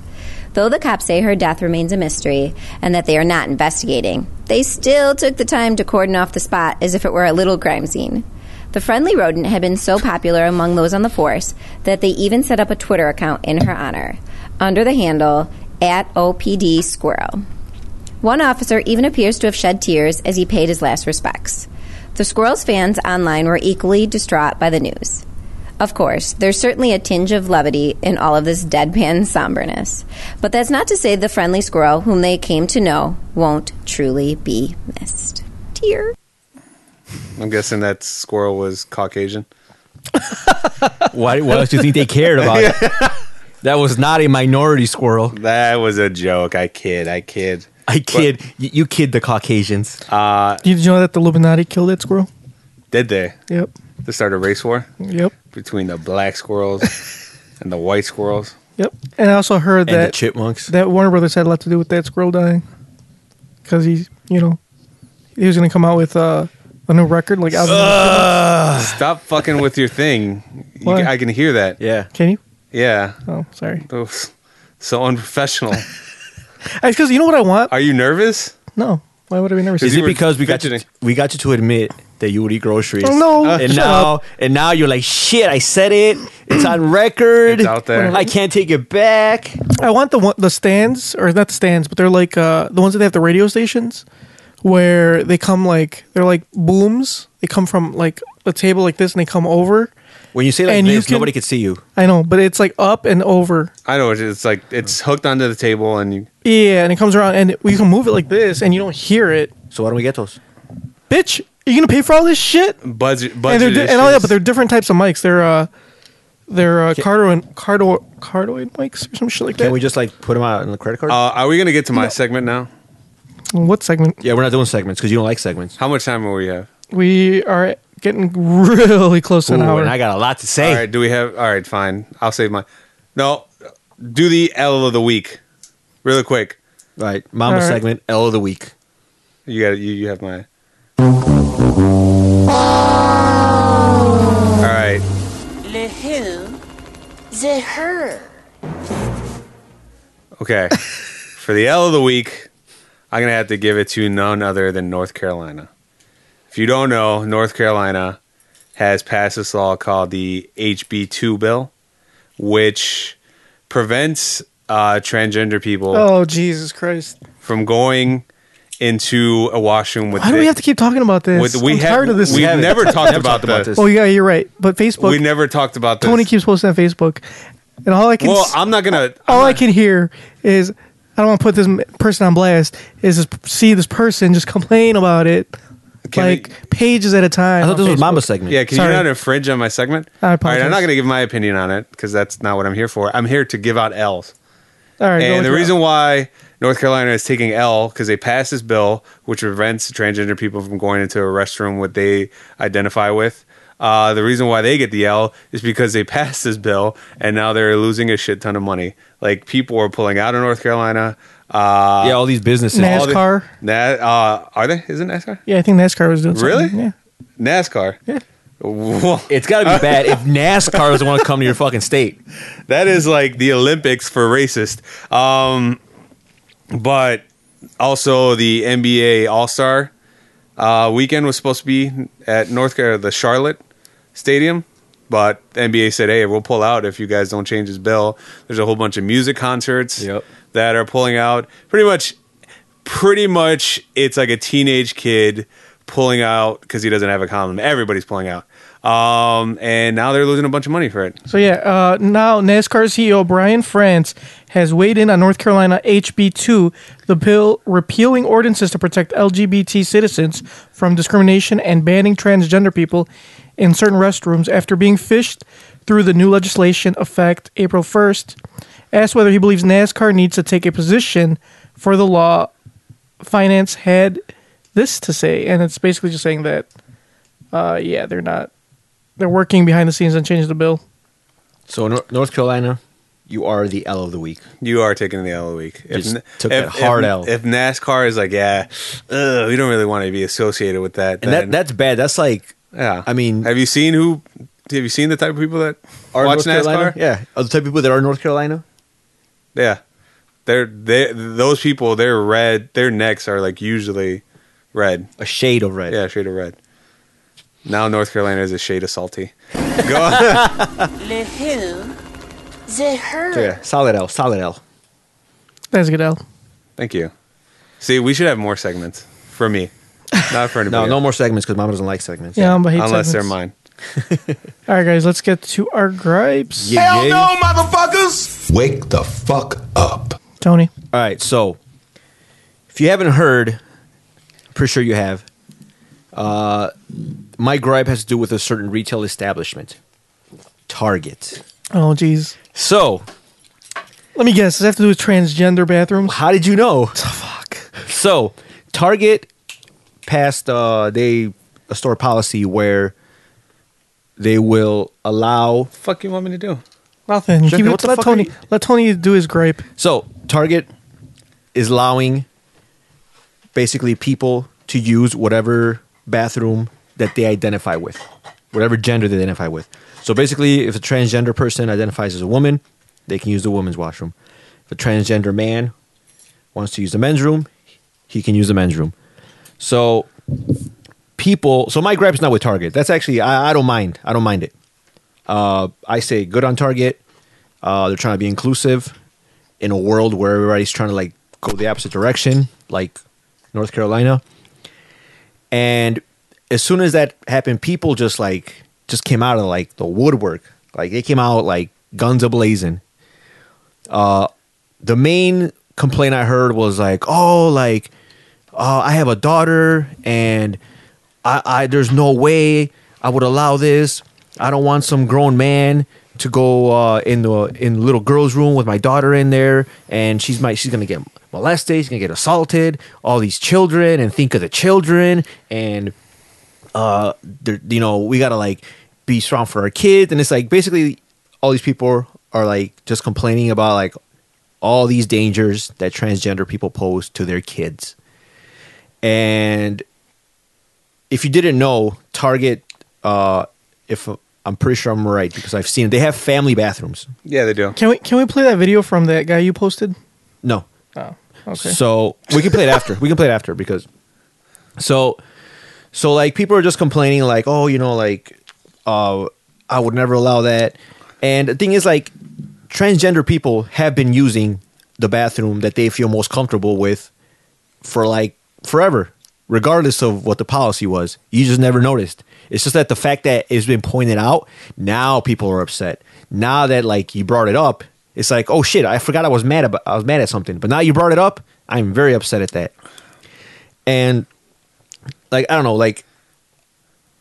E: Though the cops say her death remains a mystery and that they are not investigating, they still took the time to cordon off the spot as if it were a little crime scene. The friendly rodent had been so popular among those on the force that they even set up a Twitter account in her honor under the handle at OPD Squirrel. One officer even appears to have shed tears as he paid his last respects. The Squirrels fans online were equally distraught by the news. Of course, there's certainly a tinge of levity in all of this deadpan somberness. But that's not to say the friendly squirrel, whom they came to know, won't truly be missed. Tear.
B: I'm guessing that squirrel was Caucasian.
D: Why, why else do you think they cared about it? That was not a minority squirrel.
B: That was a joke. I kid. I kid.
D: I kid. you, you kid the Caucasians.
A: Did you know that the Illuminati killed that squirrel?
B: Did they?
A: Yep.
B: They started a race war
A: Yep.
B: between the black squirrels and the white squirrels.
A: Yep. And I also heard
D: and
A: that
D: the chipmunks.
A: that Warner Brothers had a lot to do with that squirrel dying, because he's you know he was gonna come out with uh, a new record like album.
B: Stop fucking with your thing. You,
A: Why?
B: ca- I can hear that.
D: yeah.
A: Can you?
B: Yeah.
A: Oh, sorry.
B: It was so unprofessional.
A: Because you know what I want?
B: Are you nervous?
A: No. Why would I be nervous?
D: Is
B: you
D: it
B: were
D: because we got you,
B: fidgeting.
D: we got you to admit that you would eat groceries?
A: Oh, no. Uh,
D: and
A: shut
D: now
A: up.
D: and now you're like shit. I said it. It's on record.
B: It's out there.
D: I can't take it back.
A: I want the one, the stands or not the stands, but they're like uh, the ones that they have the radio stations where they come like they're like booms. They come from like a table like this and they come over.
D: When you say like
A: And you
D: this,
A: can-
D: nobody could see you.
A: I know, but it's like up and over.
B: I know. It's it's like it's hooked onto the table and you.
A: Yeah, and it comes around and we can move it like this and you don't hear it.
D: So why don't we get those?
A: Bitch, you gonna pay for all this shit?
B: Budget,
A: and
B: budget
A: they're di- and all that,
B: issues.
A: but they're different types of mics. They're uh, they're uh, cardioid cardo- cardoid mics or some shit like
D: Can
A: that.
D: we just like put them out on the credit card?
B: Uh, are we gonna get to my segment now?
A: what segment?
D: yeah, we're not doing segments because you don't like segments.
B: How much time will we have?
A: We are getting really close to
D: Ooh,
A: an hour.
D: and I got a lot to say.
B: All right. Do we have? All right. Fine. I'll save my. No. Do the L of the week, really quick.
D: All right, Mama
A: All right.
D: segment L of the week.
B: You got. You you have my. All right.
I: Le who, the her.
B: Okay. For the L of the week, I'm going to have to give it to none other than North Carolina. If you don't know, North Carolina has passed this law called the HB2 bill, which prevents uh, transgender people
A: oh Jesus Christ!
B: from going into a washroom with.
A: Why do we have to keep talking about this?
B: with, we
A: I'm
B: have,
A: tired of this.
B: We've
D: haven't.
B: never talked about,
D: talked about
B: this.
D: this.
A: oh yeah, you're right. But
B: We
A: Facebook,
B: never talked about this.
A: Tony keeps posting on Facebook, and all I can
B: well,
A: s-
B: I'm not going to.
A: all I can hear is I don't want to put this m- person on blast. Is this, see this person just complain about it
B: Can
A: like
B: we-
A: pages at a time?
D: I thought
A: on
D: this was
A: Facebook.
D: Mama segment.
B: Yeah, can
A: Sorry.
B: you not infringe on my segment?
A: I
B: All right, I'm
A: apologize.
B: not going to give my opinion on it because that's not what I'm here for. I'm here to give out L's.
A: All right, go
B: And
A: with
B: the
A: your-
B: reason why North Carolina is taking L because they passed this bill which prevents transgender people from going into a restroom what they identify with. Uh, the reason why they get the L is because they passed this bill and now they're losing a shit ton of money. Like people are pulling out of North Carolina. Uh,
D: Yeah, all these businesses.
A: Nas-
B: all the-
A: NASCAR.
B: Na- uh, are they? Is it NASCAR?
A: Yeah, I think NASCAR was doing
B: Really?
A: something. Yeah.
B: NASCAR.
A: Yeah.
D: It's got
B: Uh,
D: to be bad if NASCAR doesn't want to come to your fucking state.
B: That is like the Olympics for racist. Um, but also the NBA All Star uh, weekend was supposed to be at North Carolina, the Charlotte Stadium, but the NBA said, "Hey, we'll pull out if you guys don't change this bill." There's a whole bunch of music concerts
D: Yep.
B: that are pulling out. Pretty much, pretty much, it's like a teenage kid pulling out because he doesn't have a condom. Everybody's pulling out. Um, and now they're losing a bunch of money for it.
A: So yeah, uh, now NASCAR CEO Brian France has weighed in on North Carolina HB two, the bill repealing ordinances to protect LGBT citizens from discrimination and banning transgender people in certain restrooms after being fished through the new legislation effect April first. Asked whether he believes NASCAR needs to take a position for the law, Finance had this to say, and it's basically just saying that, uh, yeah, they're not. They're working behind the scenes and changing the bill.
D: So Nor- North Carolina, you are the L of the week.
B: You are taking the L of the week.
D: Just took that hard
B: if,
D: L.
B: If NASCAR is like, yeah, ugh, we don't really want to be associated with that.
D: And
B: then-
D: that that's bad. That's like
B: yeah.
D: I mean-
B: have you seen who? Have you seen the type of people that
D: are
B: watch
D: North Carolina.
B: NASCAR?
D: Yeah, are the type of people that are in North Carolina.
B: yeah. They're they those people. They're red. Their necks are like usually red.
D: A shade of red.
B: Yeah, shade of red. Now North Carolina is a shade of salty. Go
I: Le who, the her.
D: So, yeah, solid L, solid L.
A: That's a good L.
B: Thank you. See, we should have more segments for me, not for
D: No,
B: anybody.
D: no more segments because Mama doesn't like segments.
A: Yeah, I'm a hate segments.
B: unless they're mine.
A: All right, guys, let's get to our gripes.
D: Yeah, yeah.
F: motherfuckers! Wake the fuck up.
A: Tony,
D: All right, so if you haven't heard, pretty sure you have. Uh, my gripe has to do with a certain retail establishment, Target.
A: oh jeez,
D: So,
A: let me guess. Does it have to do with transgender bathrooms?
D: how did you know? Fuck. So, Target passed uh, they a store policy where they will allow
B: Fuck you want me to do?
A: Nothing.
D: Jeff,
A: Keep it-
D: what the
A: let
D: fuck
A: Tony
D: are you-
A: let Tony do his gripe.
D: So Target is allowing basically people to use whatever bathroom that they identify with, whatever gender they identify with. So basically, if a transgender person identifies as a woman, they can use the women's washroom. If a transgender man wants to use the men's room, he can use the men's room. So people, so my gripe's not with Target. That's actually I, I don't mind. I don't mind it. Uh, I say good on Target. Uh, they're trying to be inclusive in a world where everybody's trying to like go the opposite direction, like North Carolina. And as soon as that happened, people just like just came out of like the woodwork. Like they came out like guns ablazing. Uh the main complaint I heard was like, oh, like uh, I have a daughter and I, I there's no way I would allow this. I don't want some grown man to go uh, in the in the little girl's room with my daughter in there, and she's my she's gonna get molested, she's gonna get assaulted. All these children, and think of the children, and uh, they're- you know we gotta like be strong for our kids, and it's like basically all these people are like just complaining about like all these dangers that transgender people pose to their kids, and if you didn't know, Target, uh, if I'm pretty sure I'm right because I've seen it, they have family bathrooms.
B: Yeah, they do.
A: Can we can we play that video from that guy you posted?
D: No,
A: Oh, okay.
D: so we can play it after. we can play it after because so so like people are just complaining like, oh, you know, like uh, I would never allow that. And the thing is, like transgender people have been using the bathroom that they feel most comfortable with for like forever, regardless of what the policy was. You just never noticed. It's just that the fact that it's been pointed out, now people are upset. Now that like you brought it up, it's like, oh shit, I forgot I was mad about I was mad at something. But now you brought it up, I'm very upset at that. And like I don't know, like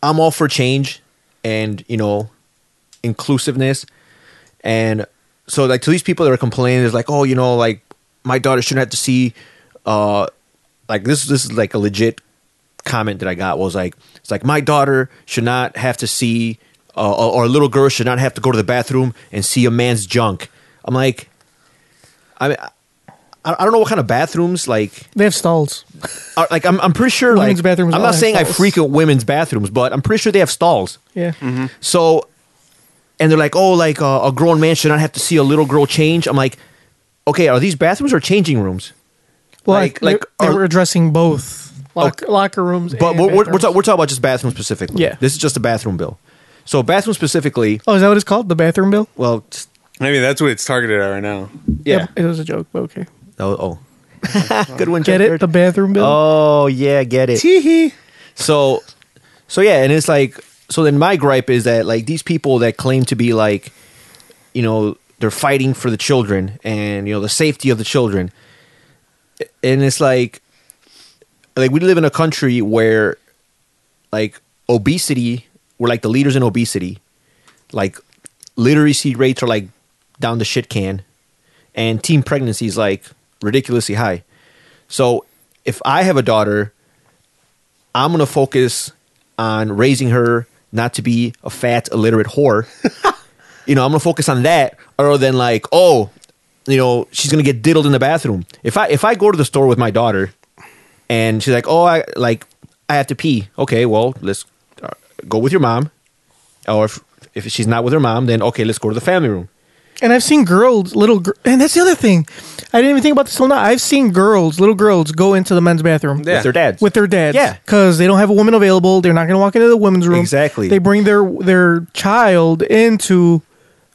D: I'm all for change and, you know, inclusiveness. And so like to these people that are complaining is like, oh, you know, like my daughter shouldn't have to see uh like this this is like a legit comment that I got was like it's like my daughter should not have to see uh, or- or a little girl should not have to go to the bathroom and see a man's junk. I'm like I mean I I don't know what kind of bathrooms like
A: They have stalls.
D: are, like I'm, I'm pretty sure
A: Women's
D: like
A: bathrooms
D: I'm
A: all
D: not
A: have
D: saying I
A: stalls.
D: frequent women's bathrooms, but I'm pretty sure they have stalls.
A: Yeah.
D: Mm-hmm. So, and they're like, oh, like uh, a grown man should not have to see a little girl change. I'm like, okay, are these bathrooms or changing rooms?
A: Well,
D: Like-
A: like,
D: like,
A: they
D: are- Oh.
A: were addressing both lock, locker rooms.
D: But
A: and
D: we're, we're, we're,
A: bathrooms.
D: talk, we're talking about just bathroom specifically.
A: Yeah.
D: This is just a bathroom bill. So, bathroom specifically,
A: Oh, is that what it's called? The bathroom bill?
D: well, just-
B: Maybe that's what it's targeted at right now.
D: yeah.
A: it was a joke. But okay,
D: Oh, oh. good one.
A: get
D: Jack
A: it?
D: Bird.
A: The bathroom bill.
D: Oh, yeah, get it.
A: Teehee.
D: So, so yeah, and it's like, so then my gripe is that like these people that claim to be like, you know, they're fighting for the children and you know the safety of the children, and it's like, like we live in a country where, like obesity, we're like the leaders in obesity, like literacy rates are like down the shit can, and teen pregnancy is like ridiculously high. So if I have a daughter I'm gonna focus on raising her not to be a fat illiterate whore. you know, I'm gonna focus on that, other than like, oh, you know, she's gonna get diddled in the bathroom. If I if I go to the store with my daughter, and she's like, oh, I like I have to pee. Okay, well, let's uh, go with your mom, or if if she's not with her mom, then okay, let's go to the family room.
A: And I've seen girls, little, gr- and that's the other thing. I didn't even think about this till now. I've seen girls, little girls, go into the men's bathroom
B: Yeah.
D: With their dads.
A: with their dads,
D: Yeah.
A: because they don't have a woman available. They're not going to walk into the women's room.
D: Exactly.
A: They bring their their child into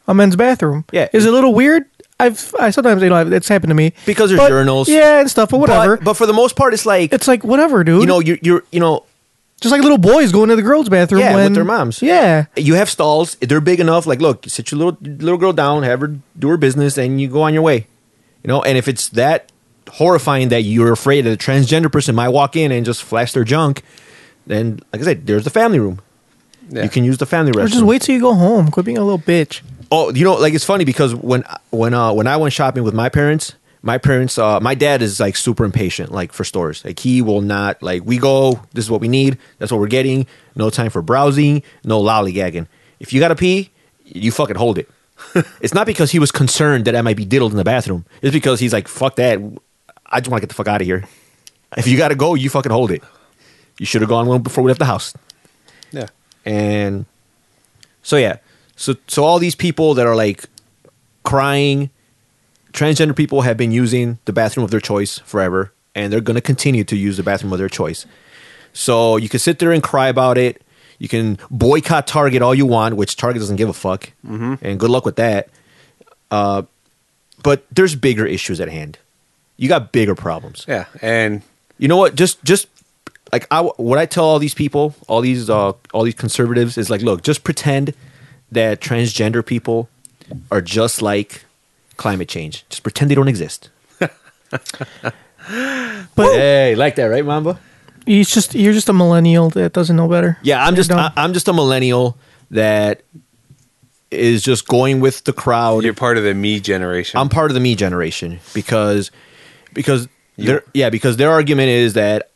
A: a men's bathroom.
D: Yeah.
A: Is it a little weird? I've I sometimes you know it's happened to me
D: Because there's
A: But-
D: urinals.
A: Yeah, and stuff, but whatever.
D: But, but for the most part, it's like
A: it's like whatever, dude.
D: you know, you're, you're you know,
A: just like little boys going to the girls' bathroom
D: Yeah, with
A: when-
D: their moms.
A: Yeah.
D: you have stalls. They're big enough. Like, look, sit your little little girl down, have her do her business, and you go on your way. You know, and if it's that horrifying that you're afraid that a transgender person might walk in and just flash their junk, then like I said, there's the family room. You can use the family restroom.
A: Or just wait till you go home. Quit being a little bitch.
D: Oh, you know, like it's funny because when when uh when I went shopping with my parents, my parents, uh, my dad is like super impatient, like for stores. Like he will not like we go. This is what we need. That's what we're getting. No time for browsing. No lollygagging. If you gotta pee, you fucking hold it. it's not because he was concerned that I might be diddled in the bathroom. It's because he's like, fuck that. I just want to get the fuck out of here. If you gotta go, you fucking hold it. You should have gone before we left the house
B: Yeah.
D: and so yeah so so all these people that are like crying transgender people have been using the bathroom of their choice forever and they're going to continue to use the bathroom of their choice so you can sit there and cry about it you can boycott target all you want which target doesn't give a fuck and good luck with that uh, but there's bigger issues at hand you got bigger problems
B: Yeah. And
D: you know what just just like I, what i tell all these people all these uh, all these conservatives is like look just pretend that transgender people are just like climate change just pretend they don't exist but hey like that right mamba
A: He's just you're just a millennial that doesn't know better.
D: yeah i'm
A: You're
D: just
A: dumb.
D: I, i'm just a millennial that is just going with the crowd
B: you're part of the me generation.
D: I'm part of the me generation because because their yeah because their argument is that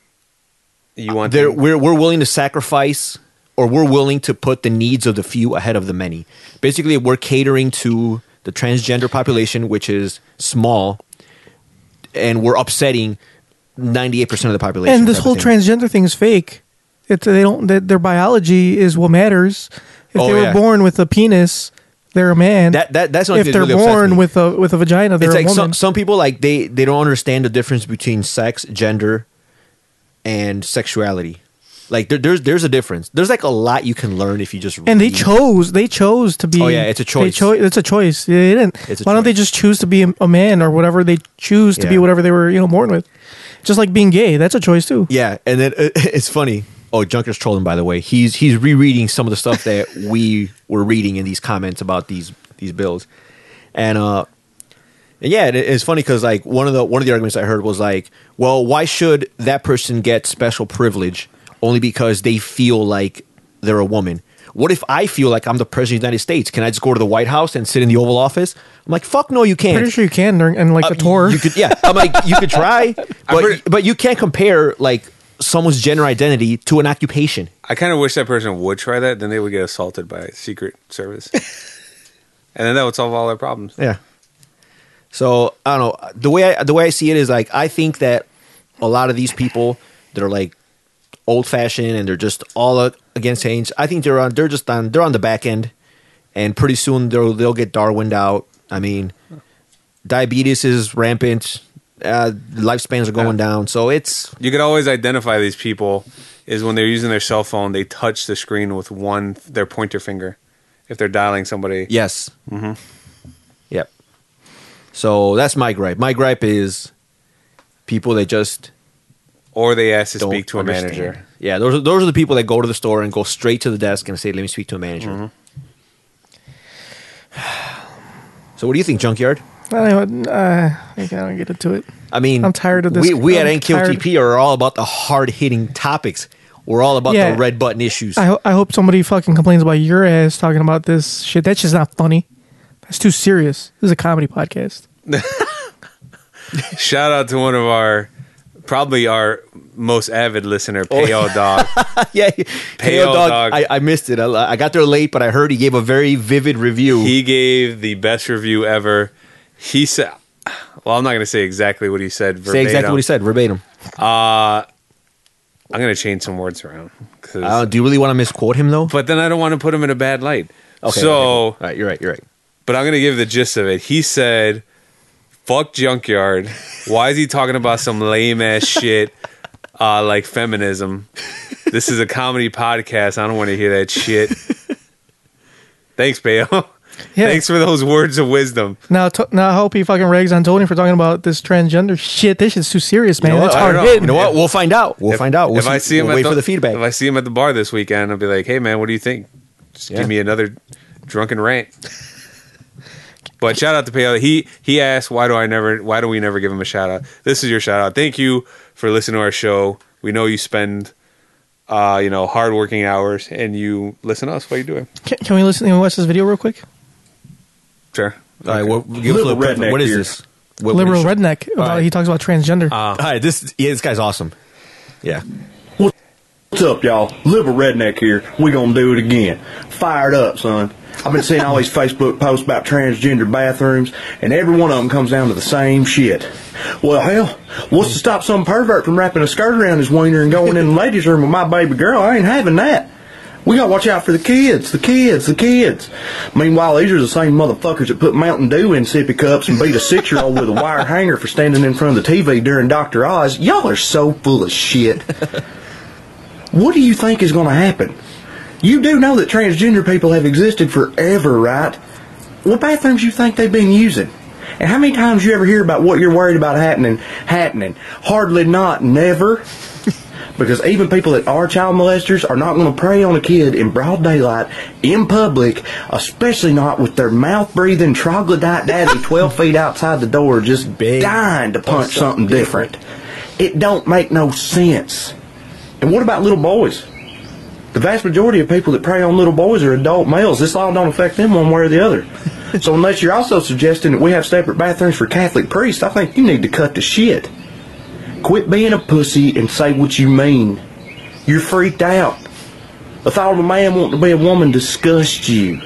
B: you want
D: There,
B: them-
D: we're we're willing to sacrifice, or we're willing to put the needs of the few ahead of the many. Basically, we're catering to the transgender population, which is small, and we're upsetting ninety eight percent of the population.
A: and this
D: type of
A: whole
D: thing.
A: transgender thing is fake. It's they don't that their biology is what matters. If
D: Oh,
A: they were
D: yeah.
A: born with a penis, they're a man.
D: That- that- that's something
A: if
D: that
A: they're
D: really upsets me.
A: born with a with a vagina, they're
D: it's
A: a
D: like some
A: woman.
D: some people like they they don't understand the difference between sex, gender, and sexuality. Like there, there's there's a difference. There's like a lot you can learn if you just
A: and they
D: read.
A: chose they chose to be.
D: Mm. Oh, yeah, it's a
A: they
D: choice.
A: Cho- it's a choice. They didn't.
D: It's a
A: Why don't they
D: choice.
A: just choose to be a, a man or whatever they choose to be
D: Yeah.
A: whatever they were you know born with? Just like being gay, that's a choice too.
D: Yeah, and then uh, it's funny. Oh, Junker's trolling by the way. He's he's rereading some of the stuff that we were reading in these comments about these these bills, and uh, and yeah, it, it's funny because like one of the one of the arguments I heard was like, well, why should that person get special privilege only because they feel like they're a woman? What if I feel like I'm the president of the United States? Can I just go to the White House and sit in the Oval Office? I'm like, fuck no, you can't.
A: Pretty sure you can during and like
D: Uh,
A: a tour.
D: You could, yeah. I'm like, you could try, but but you can't compare like someone's gender identity to an occupation.
B: I kind of wish that person would try that. Then they would get assaulted by Secret Service, and then that would solve all their problems.
D: Yeah. So I don't know. The way I, the way I see it is like I think that a lot of these people that are like old fashioned and they're just all a- against change. I think they're on they're just on they're on the back end, and pretty soon they'll they'll get Darwined out. I mean, diabetes is rampant. Uh, lifespans are going down, so it's
B: You could always identify these people is when they're using their cell phone, they touch the screen with one their pointer finger if they're dialing somebody.
D: Yes. Mm-hmm. Yep. So that's my gripe. My gripe is people that just
B: Or they ask to
D: don't
B: speak to a
D: understand.
B: manager.
D: Yeah, those are, those are the people that go to the store and go straight to the desk and say, "Let me speak to a manager."
B: Mm-hmm.
D: So what do you think, Junkyard?
A: I don't, uh, I think I don't get into it.
D: I mean,
A: I'm tired of this.
D: We, we at
A: I'm tired.
D: NQTP are all about the hard hitting topics. We're all about
A: Yeah.
D: the red button issues.
A: I, ho- I hope somebody fucking complains about your ass talking about this shit. That's just not funny. That's too serious. This is a comedy podcast.
B: Shout out to one of our probably our most avid listener,
D: Oh,
B: Payo Dog.
D: yeah, Hail
B: Hail
D: dog.
B: Dog.
D: I, I missed it. I, I got there late, but I heard he gave a very vivid review.
B: He gave the best review ever. He said well, I'm not going to say exactly what he said
D: say
B: verbatim.
D: exactly what he said verbatim.
B: I'm going to change some words around. 'cause-
D: Uh, do you really want to misquote him though?
B: but then I don't want to put him in a bad light.
D: Okay.
B: so,
D: all right, you're right. You're right.
B: but I'm going to give the gist of it. He said, fuck Junkyard. Why is he talking about some lame ass shit uh, like feminism? This is a comedy podcast. I don't want to hear that shit. Thanks, Bayo.
A: Yeah.
B: Thanks for those words of wisdom.
A: Now, to- now I hope he fucking rags on Tony for talking about this transgender shit. This shit's too serious, man.
D: You know
A: That's
D: what?
A: hard
B: I don't know.
A: hitting.
D: You know what? We'll find out. We'll
B: If-
D: find out. We'll
B: if I see him,
D: we'll
B: at
D: wait for the
B: If
D: feedback.
B: I see him at the bar this weekend, I'll be like, "Hey, man, what do you think? Just
D: Yeah.
B: give me another drunken rant." But shout out to Payo. He he asked, "Why do I never? Why do we never give him a shout out?" This is your shout out. Thank you for listening to our show. We know you spend, uh, you know, hard working hours, and you listen to us while you do it.
A: Can, can we listen? Can we watch this video real quick?
B: Sure.
D: All right, we'll, we'll give us a
J: Little
D: little
J: redneck
D: What is
J: here.
D: this? What- what
A: Liberal
D: is-
A: redneck. About,
D: right. Uh,
A: He talks about transgender.
D: All right, this yeah, this guy's awesome. Yeah,
J: What's up, y'all? Liberal redneck here. We gonna do it again. Fired up, son. I've been seeing all these Facebook posts about transgender bathrooms, and every one of them comes down to the same shit. Well, hell, what's to stop some pervert from wrapping a skirt around his wiener and going in the ladies' room with my baby girl? I ain't having that. We gotta watch out for the kids, the kids, the kids. Meanwhile, these are the same motherfuckers that put Mountain Dew in sippy cups and beat a six-year-old with a wire hanger for standing in front of the TV during Dr. Oz. Y'all are so full of shit what do you think is going to happen? You do know that transgender people have existed forever, right? What bathrooms you think they've been using? And how many times you ever hear about what you're worried about happening, happening? Hardly not, never. Because even people that are child molesters are not going to prey on a kid in broad daylight, in public, especially not with their mouth breathing troglodyte daddy 12 feet outside the door just
D: Big.
J: dying to punch something different. It don't make no sense. And what about little boys? The vast majority of people that prey on little boys are adult males. This law don't affect them one way or the other. so unless you're also suggesting that we have separate bathrooms for Catholic priests, I think you need to cut the shit. Quit being a pussy and say what you mean. You're freaked out. The thought of a man wanting to be a woman disgusts you.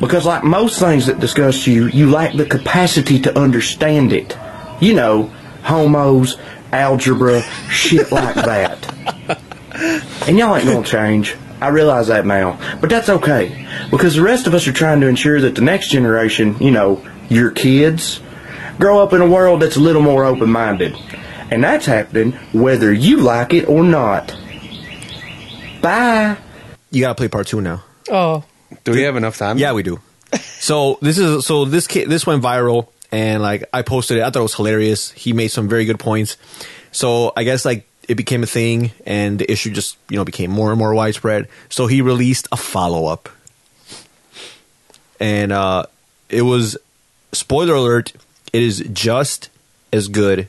J: Because like most things that disgust you, you lack the capacity to understand it. You know, homos, algebra, shit like that. And y'all ain't gonna change. I realize that now. But that's okay. Because the rest of us are trying to ensure that the next generation, you know, your kids, grow up in a world that's a little more open minded. And that's happening whether you like it or not. Bye.
D: you gotta play part two now.
A: oh,
B: Do we have enough time?
D: Yeah, we do. So this is so this kid this went viral and like I posted it. I thought it was hilarious. He made some very good points. So I guess like it became a thing and the issue just you know became more and more widespread. So he released a follow up, and uh, it was spoiler alert. It is just as good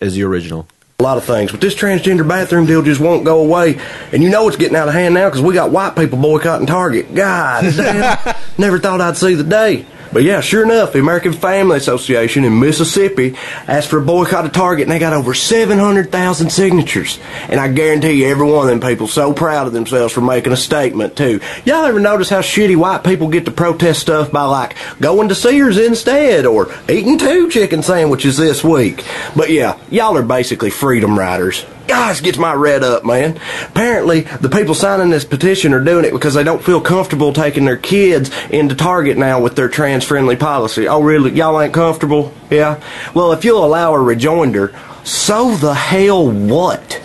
D: as the original.
J: a lot of things. But this transgender bathroom deal just won't go away. And you know it's getting out of hand now because we got white people boycotting Target. God damn. Never thought I'd see the day. But yeah, sure enough, the American Family Association in Mississippi asked for a boycott of Target, and they got over 700,000 signatures. And I guarantee you, every one of them people so proud of themselves for making a statement, too. Y'all ever notice how shitty white people get to protest stuff by, like, going to Sears instead or eating two chicken sandwiches this week? But yeah, y'all are basically freedom riders. Guys, gets my red up, man. Apparently, the people signing this petition are doing it because they don't feel comfortable taking their kids into Target now with their trans friendly policy. Oh, really? Y'all ain't comfortable? Yeah? Well, if you'll allow a rejoinder, so the hell what?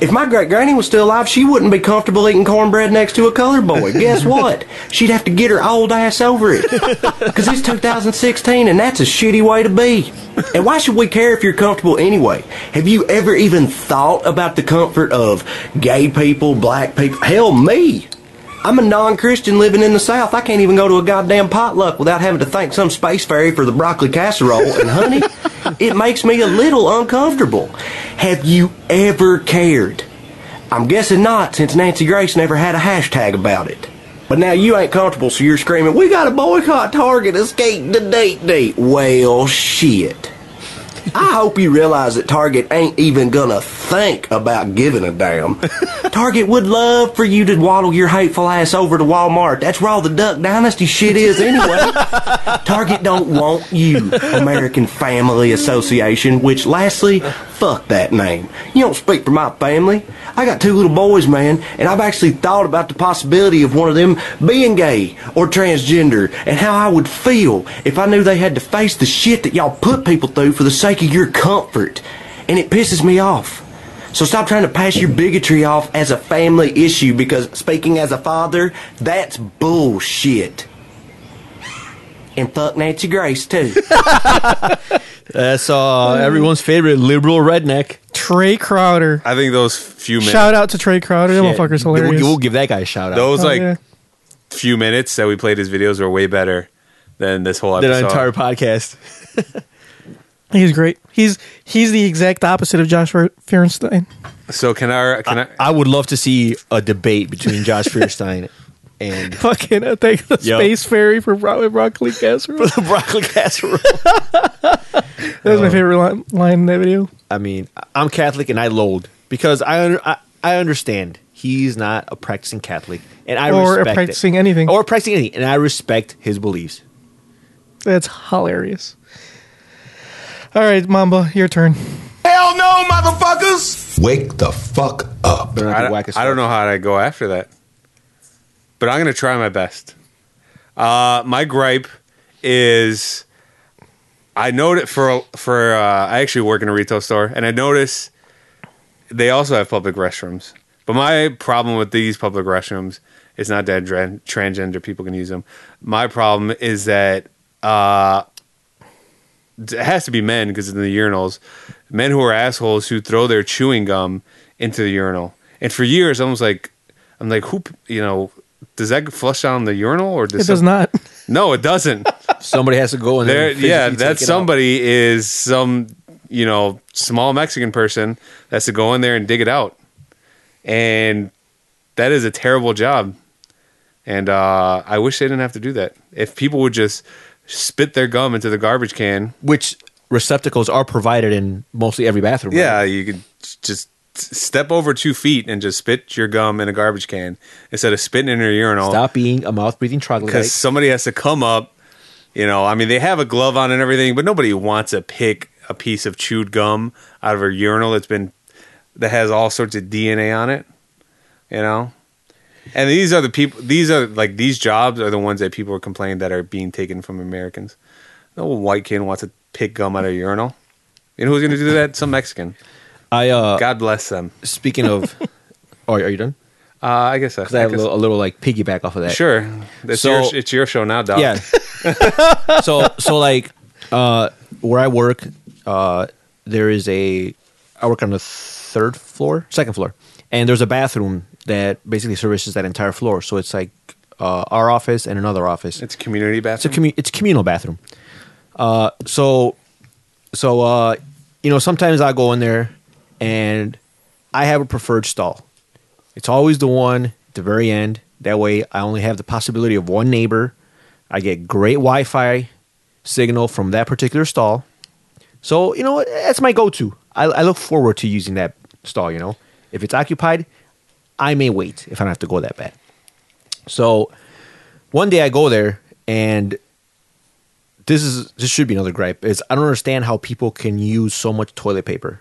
J: If my great granny was still alive, she wouldn't be comfortable eating cornbread next to a colored boy. Guess what? She'd have to get her old ass over it. Because it's 2016 and that's a shitty way to be. And why should we care if you're comfortable anyway? Have you ever even thought about the comfort of gay people, black people? Hell, me. I'm a non Christian living in the South. I can't even go to a goddamn potluck without having to thank some space fairy for the broccoli casserole. And honey, it makes me a little uncomfortable. Have you ever cared? I'm guessing not, since Nancy Grace never had a hashtag about it. But now you ain't comfortable, so you're screaming, We gotta boycott Target, escape the date date. Well, shit. I hope you realize that Target ain't even gonna think about giving a damn. Target would love for you to waddle your hateful ass over to Walmart. That's where all the Duck Dynasty shit is anyway. Target don't want you, American Family Association, which lastly, fuck that name. You don't speak for my family. I got two little boys, man, and I've actually thought about the possibility of one of them being gay or transgender and how I would feel if I knew they had to face the shit that y'all put people through for the sake of your comfort. And it pisses me off. So stop trying to pass your bigotry off as a family issue because speaking as a father, that's bullshit. And fuck Nancy Grace, too.
D: That's
A: Oh.
D: uh, everyone's favorite liberal redneck.
A: Trey Crowder.
B: I think those few minutes.
A: Shout out to Trey Crowder. That motherfucker's
D: We'll-
A: hilarious.
D: We'll, give that guy a shout out.
B: Those
A: Oh,
B: like
A: yeah.
B: few minutes that we played his videos were way better than this whole
D: Did
B: episode.
D: an entire podcast.
A: He's great. He's he's the exact opposite of Joshua Fierstein.
B: so can our can I,
D: I would love to see a debate between Josh Fierstein and
A: Fucking I thank the
D: Yo.
A: space fairy for bro- broccoli casserole.
D: the broccoli casserole.
A: That
D: Oh.
A: was my favorite line, line in that video.
D: I mean, I- I'm Catholic and I loathe because I un- I, I understand he's not a practicing Catholic and I
A: Or a
D: respect it.
A: practicing anything.
D: or practicing anything, and I respect his beliefs.
A: That's hilarious. All right, Mamba, your turn.
F: Hell no, motherfuckers!
K: Wake the fuck up.
D: But
B: I, I don't know how to go after that. But I'm going to try my best. Uh, my gripe is I noted for for uh, I actually work in a retail store and I notice they also have public restrooms. But my problem with these public restrooms is not that tran- transgender people can use them. My problem is that uh, it has to be men because in the urinals, men who are assholes who throw their chewing gum into the urinal. And for years, I was like, I'm like, who, p- you know, does that flush down the urinal or does
A: It does
B: some-
A: not.
B: No, it doesn't.
D: Somebody has to go in
B: there,
D: there. and
B: yeah,
D: physically
B: that
D: take it out.
B: somebody is some, you know, small Mexican person that's to go in there and dig it out, and that is a terrible job. And uh, I wish they didn't have to do that. If people would just spit their gum into the garbage can
D: Which receptacles are provided in mostly every bathroom. right?
B: Yeah, you could just step over two feet and just spit your gum in a garbage can instead of spitting in your urinal.
D: Stop being a mouth breathing
B: Because
D: troglodyte.
B: somebody has to come up. You know, I mean, they have a glove on and everything, but nobody wants to pick a piece of chewed gum out of a urinal that's been that has all sorts of DNA on it. You know. And these are the people. These are like these jobs are the ones that people are complaining that are being taken from Americans. No white kid wants to pick gum out of a urinal. You know who's going to do that? Some Mexican.
D: I uh,
B: God bless them.
D: speaking of, oh, are you done?
B: Uh, I guess that's
D: Because I have a little, a little like piggyback off of that.
B: Sure, it's,
D: So-
B: your, it's your show now, Doc.
D: Yeah. so so like uh where I work, uh there is a I work on the third floor, second floor. And there's a bathroom that basically services that entire floor. So it's like uh, our office and another office.
B: it's a community
D: It's a
B: bathroom.
D: commu- it's a communal bathroom. Uh, so, so uh, you know, sometimes I go in there, and I have a preferred stall. It's always the one at the very end. That way, I only have the possibility of one neighbor I get great Wi Fi signal from that particular stall. So, you know, what, that's my go to. I, I look forward to using that stall, you know. If it's occupied, I may wait if I don't have to go that bad. So one day I go there and this is this should be another gripe is I don't understand how people can use so much toilet paper.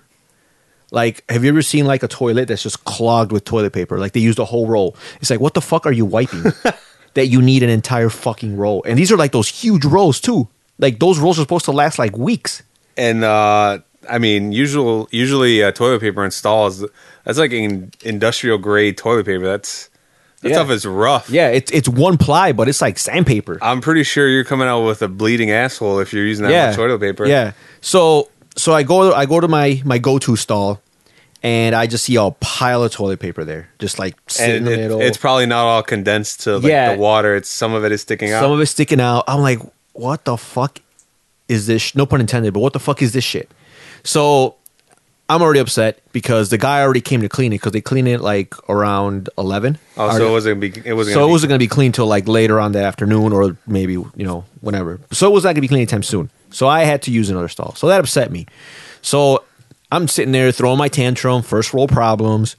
D: Like, have you ever seen like a toilet that's just clogged with toilet paper? Like they use the whole roll. It's like, what the fuck are you wiping? that you need an entire fucking roll. And these are like those huge rolls too. Like those rolls are supposed to last like weeks.
B: And uh, I mean, usual usually uh, toilet paper installs that's like in, industrial grade toilet paper. That's that
D: Yeah.
B: stuff is rough.
D: Yeah, it's it's one ply, but it's like sandpaper.
B: I'm pretty sure you're coming out with a bleeding asshole if you're using that much toilet paper.
D: Yeah. So so I go I go to my my go to stall, and I just see a pile of toilet paper there, just like sitting in
B: and
D: the
B: it-
D: middle.
B: it's probably not all condensed to like
D: Yeah.
B: the water. It's some of it is sticking out.
D: Some of it's sticking out. I'm like, what the fuck is this? sh- No pun intended, but what the fuck is this shit? So I'm already upset because the guy already came to clean it because they clean it like around eleven.
B: Oh, so it wasn't gonna be- it wasn't
D: so
B: gonna
D: it
B: be-
D: wasn't gonna be clean till like later on that afternoon or maybe you know whenever. So it was not gonna be clean anytime soon. So I had to use another stall. So that upset me. So I'm sitting there throwing my tantrum, first roll problems,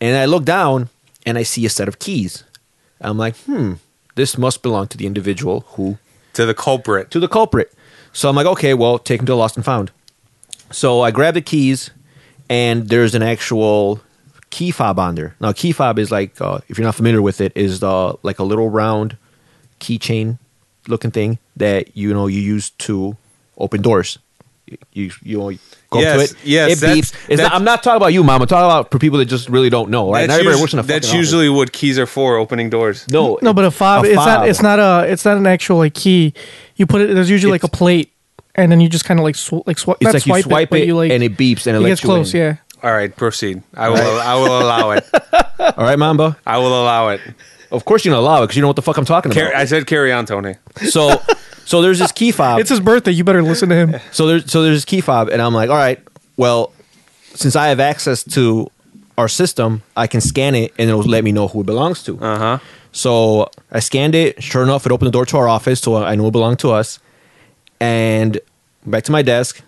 D: and I look down and I see a set of keys. I'm like, hmm, this must belong to the individual who
B: to the culprit
D: to the culprit. So I'm like, okay, well, take him to lost and found. So I grab the keys, and there's an actual key fob on there. Now, key fob is like, uh, if you're not familiar with it, is the like a little round keychain looking thing that you know you use to open doors. You you, you go up
B: Yes,
D: to it.
B: yes,
D: it
B: that's-
D: beeps. It's not,
B: that's-
D: I'm not talking about you, mom. I'm talking about for people that just really don't know. Right?
B: That's,
D: Not everybody
B: usu-
D: works in a
B: that's
D: fucking office.
B: usually what keys are for: opening doors.
D: No,
A: No, but a fob,
D: A
A: it's not
D: fob.
A: it's not a it's not an actual like key. You put it there's usually like a plate, and then you just kind of like sw- like swi-
D: It's
A: not
D: like you
A: swipe
D: swipe
A: but
D: it,
A: you, like,
D: and it beeps and it,
A: it
D: lets
A: gets
D: you
A: close.
D: in.
A: Yeah,
B: All right, proceed. I will. I will allow it.
D: All right, Mamba.
B: I will allow it.
D: Of course, you're gonna allow it because you know what the fuck I'm talking
B: Car-
D: about.
B: I said carry on, Tony.
D: So so there's this key fob.
A: it's his birthday. You better listen to him.
D: so there's so there's this key fob, and I'm like, all right, well, since I have access to our system, I can scan it, and it'll let me know who it belongs to. Uh huh. So I scanned it. Sure enough, it opened the door to our office, so I knew it belonged to us. And back to my desk,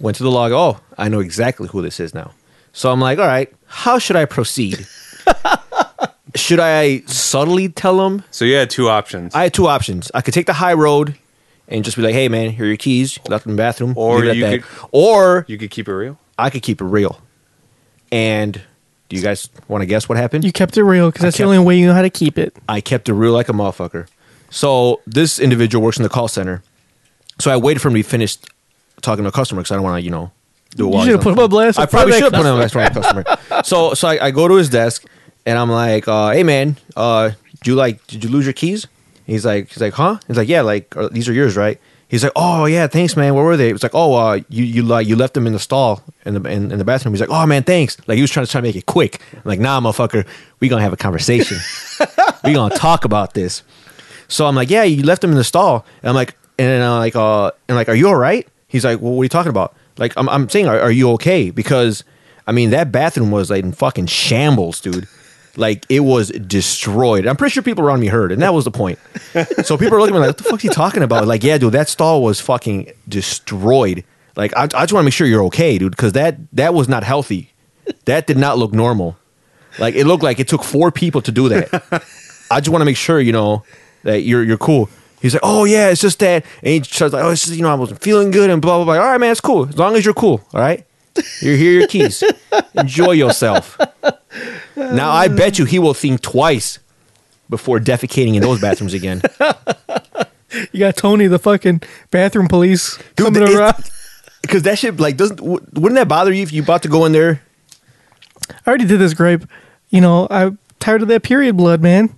D: went to the log. Oh, I know exactly who this is now. So I'm like, all right, how should I proceed? should I subtly tell them
B: So you had two options,
D: I had two options. I could take the high road and just be like, "Hey, man, here are your keys. Left in the bathroom."
B: Or
D: leave it at
B: you
D: that.
B: could-
D: or
B: you could keep it real.
D: I could keep it real. And do you guys want to guess what happened?
A: You kept it real because
D: I
A: that's the
D: kept-
A: only way you know how to keep it.
D: I kept it real like a motherfucker. So this individual works in the call center. So I waited for him to be finished talking to a customer because I don't want to, you know, do it.
A: You
D: while
A: should have
D: he's
A: put
D: on the
A: him on blast
D: I
A: in
D: probably
A: front
D: should
A: of
D: have put him on blast in front of a customer. So so I, I go to his desk and I'm like, uh, hey man, uh, do you like did you lose your keys? He's like he's like huh? He's like yeah, like uh, these are yours, right? He's like oh yeah, thanks man. Where were they? It's like oh uh, you you like you left them in the stall in the in, in the bathroom. He's like oh man, thanks. Like he was trying to try to make it quick. I'm like nah, motherfucker, we gonna have a conversation. we gonna talk about this. So I'm like, yeah, you left him in the stall. And I'm like, and I'm like, uh, and like, are you all right? He's like, well, what are you talking about? Like, I'm, I'm saying, are, are you okay? Because, I mean, that bathroom was like in fucking shambles, dude. Like it was destroyed. I'm pretty sure people around me heard, and that was the point. So people are looking at me like, "What the fuck's he talking about?" Like, yeah, dude, that stall was fucking destroyed. Like, I, I just want to make sure you're okay, dude, because that that was not healthy. That did not look normal. Like, it looked like it took four people to do that. I just want to make sure you know that you're you're cool. He's like, oh yeah, it's just that, and he starts like, oh, it's just you know I wasn't feeling good and blah blah blah. All right, man, it's cool as long as you're cool. All right, you're here, your keys. Enjoy yourself. Now I bet you he will think twice before defecating in those bathrooms again.
A: You got Tony, the fucking bathroom police, coming
D: it's-
A: around.
D: Because that shit like doesn't w- wouldn't that bother you if you about to go in there?
A: I already did this gripe. You know, I'm tired of that period blood, man.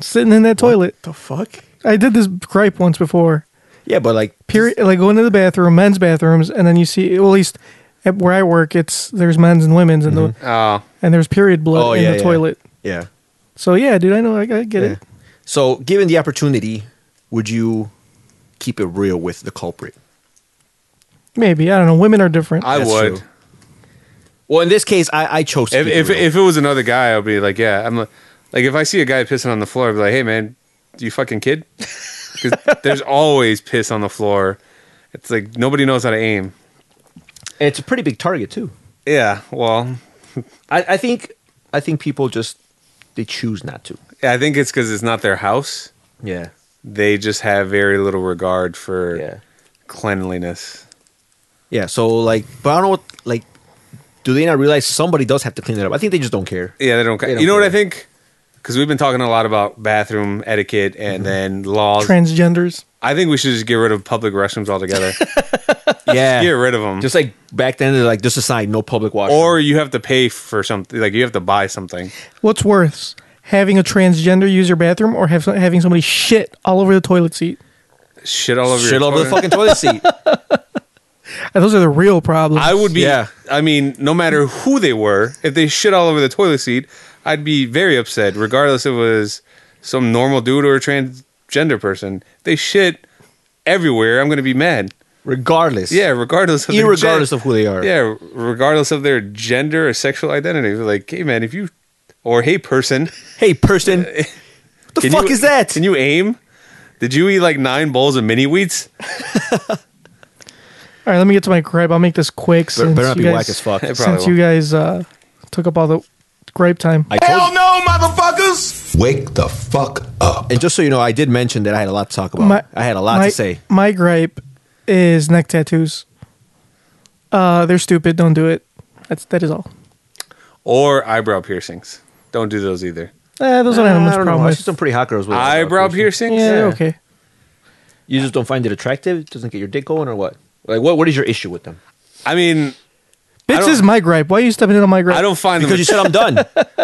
A: Sitting in that toilet.
D: The fuck?
A: I did this gripe once before.
D: Yeah, but like
A: Period. Like going to the bathroom, men's bathrooms, and then you see, well, at least at where I work, it's there's men's and women's, and the
B: Oh,
A: and there's period blood
D: Mm-hmm. Oh,
A: in
D: yeah,
A: the
D: yeah.
A: toilet.
D: yeah.
A: So yeah, dude, I know, I, I get it.
D: So given the opportunity, would you keep it real with the culprit?
A: Maybe I don't know. Women are different.
B: I
D: That's
B: would.
D: true. Well, in this case, I, I chose to
B: If
D: keep
B: if,
D: it real.
B: if it was another guy, I'll be like, yeah, I'm like, like if I see a guy pissing on the floor, I'd be like, hey man, you fucking kid. because there's always piss on the floor. It's like nobody knows how to aim.
D: It's a pretty big target too.
B: Yeah. Well,
D: I, I think I think people just they choose not to.
B: I think it's because it's not their house.
D: Yeah.
B: They just have very little regard for cleanliness.
D: Yeah. So like, but I don't know. What, like, do they not realize somebody does have to clean it up? I think they just don't care.
B: Yeah, they don't. ca-
D: They don't
B: you know what I think? Because we've been talking a lot about bathroom etiquette
D: Mm-hmm.
B: and then laws.
A: Transgenders.
B: I think we should just get rid of public restrooms altogether.
D: Yeah.
B: get rid of them.
D: Just like back then, they're like just a sign, no public washroom.
B: or you have to pay for something. Like you have to buy something.
A: What's worse, having a transgender use your bathroom or have, having somebody shit all over the toilet seat?
B: Shit all over.
D: Shit
B: your
D: all over the fucking toilet seat.
A: And those are the real problems.
B: I would be. I mean, no matter who they were, if they shit all over the toilet seat, I'd be very upset, regardless if it was some normal dude or a transgender person. If they shit everywhere. I'm going to be mad.
D: Regardless.
B: Yeah, regardless of their
D: Irregardless
B: gen-
D: of who they are.
B: Yeah, regardless of their gender or sexual identity. Like, hey man, if you or hey person,
D: hey person,
B: what the
D: fuck is that?
B: Can you aim? Did you eat like nine bowls of mini wheats?
A: All right, let me get to my gripe. I'll make this quick.
D: Better-
A: Since
D: better not
A: you
D: be
A: guys,
D: whack as fuck. It
A: Since
D: probably
A: you guys uh, took up all the gripe time.
D: I
B: um,
H: Hell no, motherfuckers!
D: Wake the fuck up. And just so you know, I did mention that I had a lot to talk about. I had a lot
A: my-
D: to say.
A: My gripe is neck tattoos. Uh, they're stupid. Don't do it. That's that is all.
B: Or eyebrow piercings? Don't do those either.
A: Eh, those don't have
D: Nah,
A: much
D: I don't know.
A: problem
D: I
A: with.
D: see some pretty hot girls with
B: Eyebrow piercings?
A: yeah, they're okay.
D: You just don't find it attractive? It doesn't get your dick going or what? Like what what is your issue with them?
B: I mean, I
A: Bitch
B: don't-
A: is my gripe. Why are you stepping in on my gripe?
B: I don't find them
D: Because you said I'm done.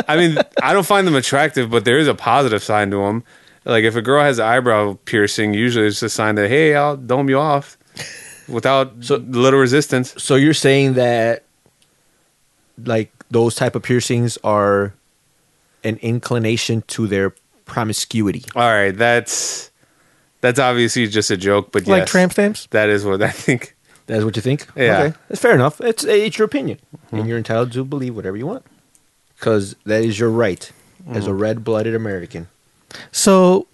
B: I mean, I don't find them attractive, but there is a positive sign to them. Like if a girl has eyebrow piercing, usually it's a sign that hey, I'll dome you off without little resistance.
D: so you're saying that like those type of piercings are an inclination to their promiscuity.
B: All right, that's that's obviously just a joke, but
A: like
B: yes,
A: tramp stamps.
B: that is what I think.
D: That's what you think?
B: Yeah. Mm-hmm.
D: Okay. That's fair enough. It's it's your opinion. And you're entitled to believe whatever you want. Cuz that is your right as a
B: Mm.
D: red-blooded American.
A: So,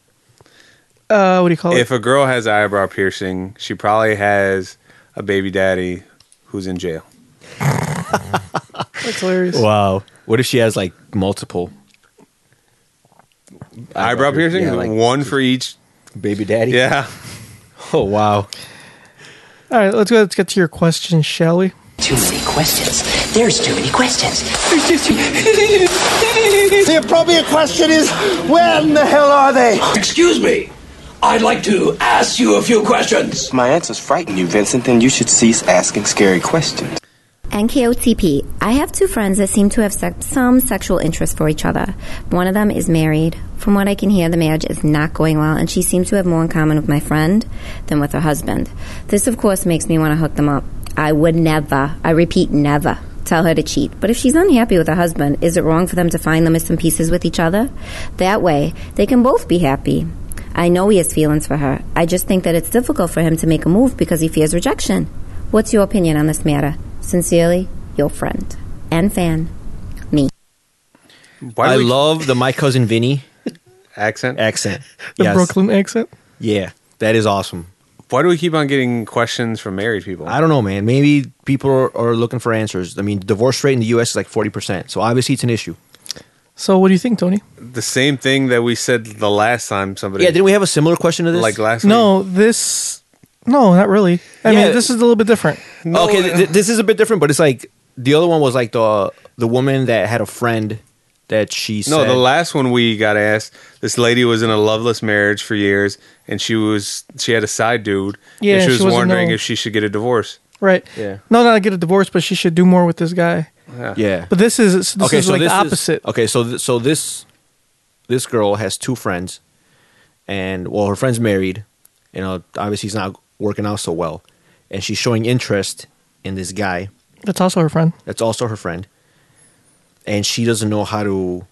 A: uh, what do you
D: Oh,
A: call
B: If
A: it?
B: a girl has eyebrow piercing, she probably has a baby daddy who's in jail.
A: That's hilarious.
D: Wow. What if she has like multiple
B: Eyebrow,
D: pier-
B: piercing,
D: yeah, like
B: one for each.
D: baby daddy?
B: Yeah,
D: Oh wow.
A: All right, let's go. Let's get to your question, shall we?
L: Too many questions. There's too many questions.
G: The appropriate question is, where in the hell are they?
L: Excuse me. I'd like to ask you a few questions.
M: If my answers frighten you, Vincent, then you should cease asking scary questions.
E: NKOTP. I have two friends that seem to have sex- some sexual interest for each other. One of them is married. From what I can hear, the marriage is not going well, and she seems to have more in common with my friend than with her husband. This, of course, makes me want to hook them up. I would never, I repeat, never tell her to cheat. But if she's unhappy with her husband, is it wrong for them to find them as some pieces with each other? That way, they can both be happy. I know he has feelings for her. I just think that it's difficult for him to make a move because he fears rejection. What's your opinion on this matter? Sincerely, your friend and fan, me.
B: do
D: I
B: we-
D: love the my cousin Vinny
B: accent.
D: accent.
A: The
D: yes.
A: Brooklyn accent.
D: Yeah. That is awesome.
B: Why do we keep on getting questions from married people?
D: I don't know, man. Maybe people are, are looking for answers. I mean, divorce rate in the US is like 40%. So obviously it's an issue.
A: So, what do you think, Tony?
B: the same thing that we said the last time somebody.
D: yeah, didn't we have a similar question to this?
B: like last week.
A: No, this. No, not really. I
D: Yeah.
A: mean, this is a little bit different.
D: okay, th- th- this is a bit different, but it's like the other one was like the the woman that had a friend that she
B: No,
D: said
B: the last one we got asked. This lady was in a loveless marriage for years, and she was she had a side dude.
A: Yeah,
B: and she was
A: she wasn't
B: wondering
A: known.
B: if she should get a divorce.
A: Right.
D: Yeah.
A: No, not get a divorce, but she should do more with this guy.
D: Yeah.
A: But this is this
D: okay,
A: is
D: so
A: like
D: this
A: the
D: is-
A: opposite.
D: okay, so th- so this this girl has two friends, and well, her friend's married. You know, obviously he's not working out so well, and she's showing interest in this guy
A: That's also her friend.
D: that's also her friend, and she doesn't know how to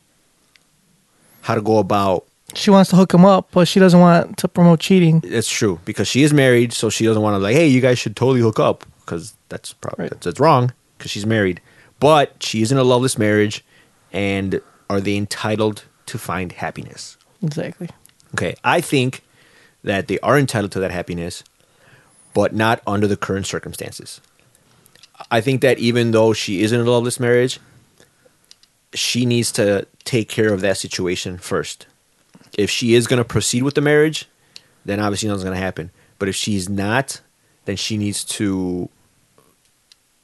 D: how to go about.
A: She wants to hook him up, but she doesn't want to promote cheating.
D: That's true because she is married, so she doesn't want to like, hey, you guys should totally hook up because that's probably
A: Right.
D: that's, that's wrong because she's married, but she is in a loveless marriage, and are they entitled to find happiness?
A: Exactly.
D: Okay, I think that they are entitled to that happiness, but not under the current circumstances. I think that even though she is in a loveless marriage, she needs to take care of that situation first. If she is going to proceed with the marriage, then obviously nothing's going to happen. But if she's not, then she needs to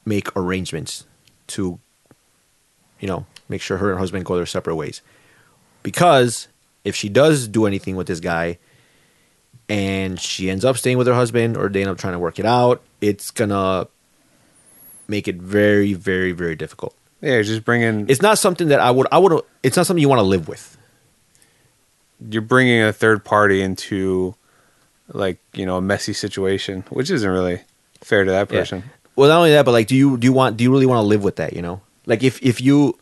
D: make arrangements to, you know, make sure her and her husband go their separate ways. Because if she does do anything with this guy and she ends up staying with her husband or they end up trying to work it out, it's going to make it very, very, very difficult.
B: Yeah, just bringing.
D: It's not something that I would. I would. It's not something you want to live with.
B: You're bringing a third party into, like you know, a messy situation, which isn't really fair to that
D: Yeah.
B: person.
D: Well, not only that, but like, do you do you want do you really want to live with that? You know, like if if you,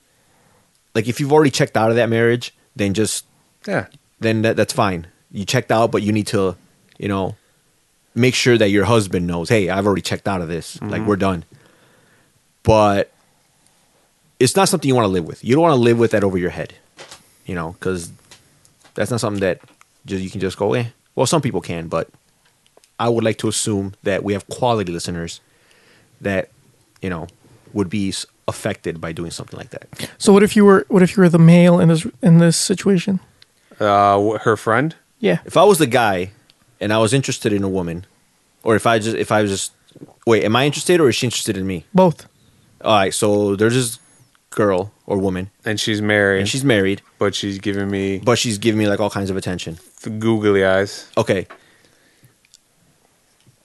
D: like if you've already checked out of that marriage, then just
B: Yeah.
D: then that, that's fine. You checked out, but you need to, you know, make sure that your husband knows. Hey, I've already checked out of this. Like
B: Mhm.
D: we're done. But it's not something you want to live with. You don't want to live with that over your head, you know, because that's not something that just you can just go. Eh. Well, some people can, but I would like to assume that we have quality listeners that you know would be s- affected by doing something like that.
A: So what if you were what if you were the male in this in this situation?
B: Uh, wh- her friend.
A: Yeah.
D: If I was the guy and I was interested in a woman, or if I just if I was just wait, am I interested or is she interested in me?
A: Both.
D: All right, so there's this girl or woman,
B: and she's married,
D: and she's married,
B: but she's giving me,
D: but she's giving me like all kinds of attention,
B: the googly eyes.
D: Okay.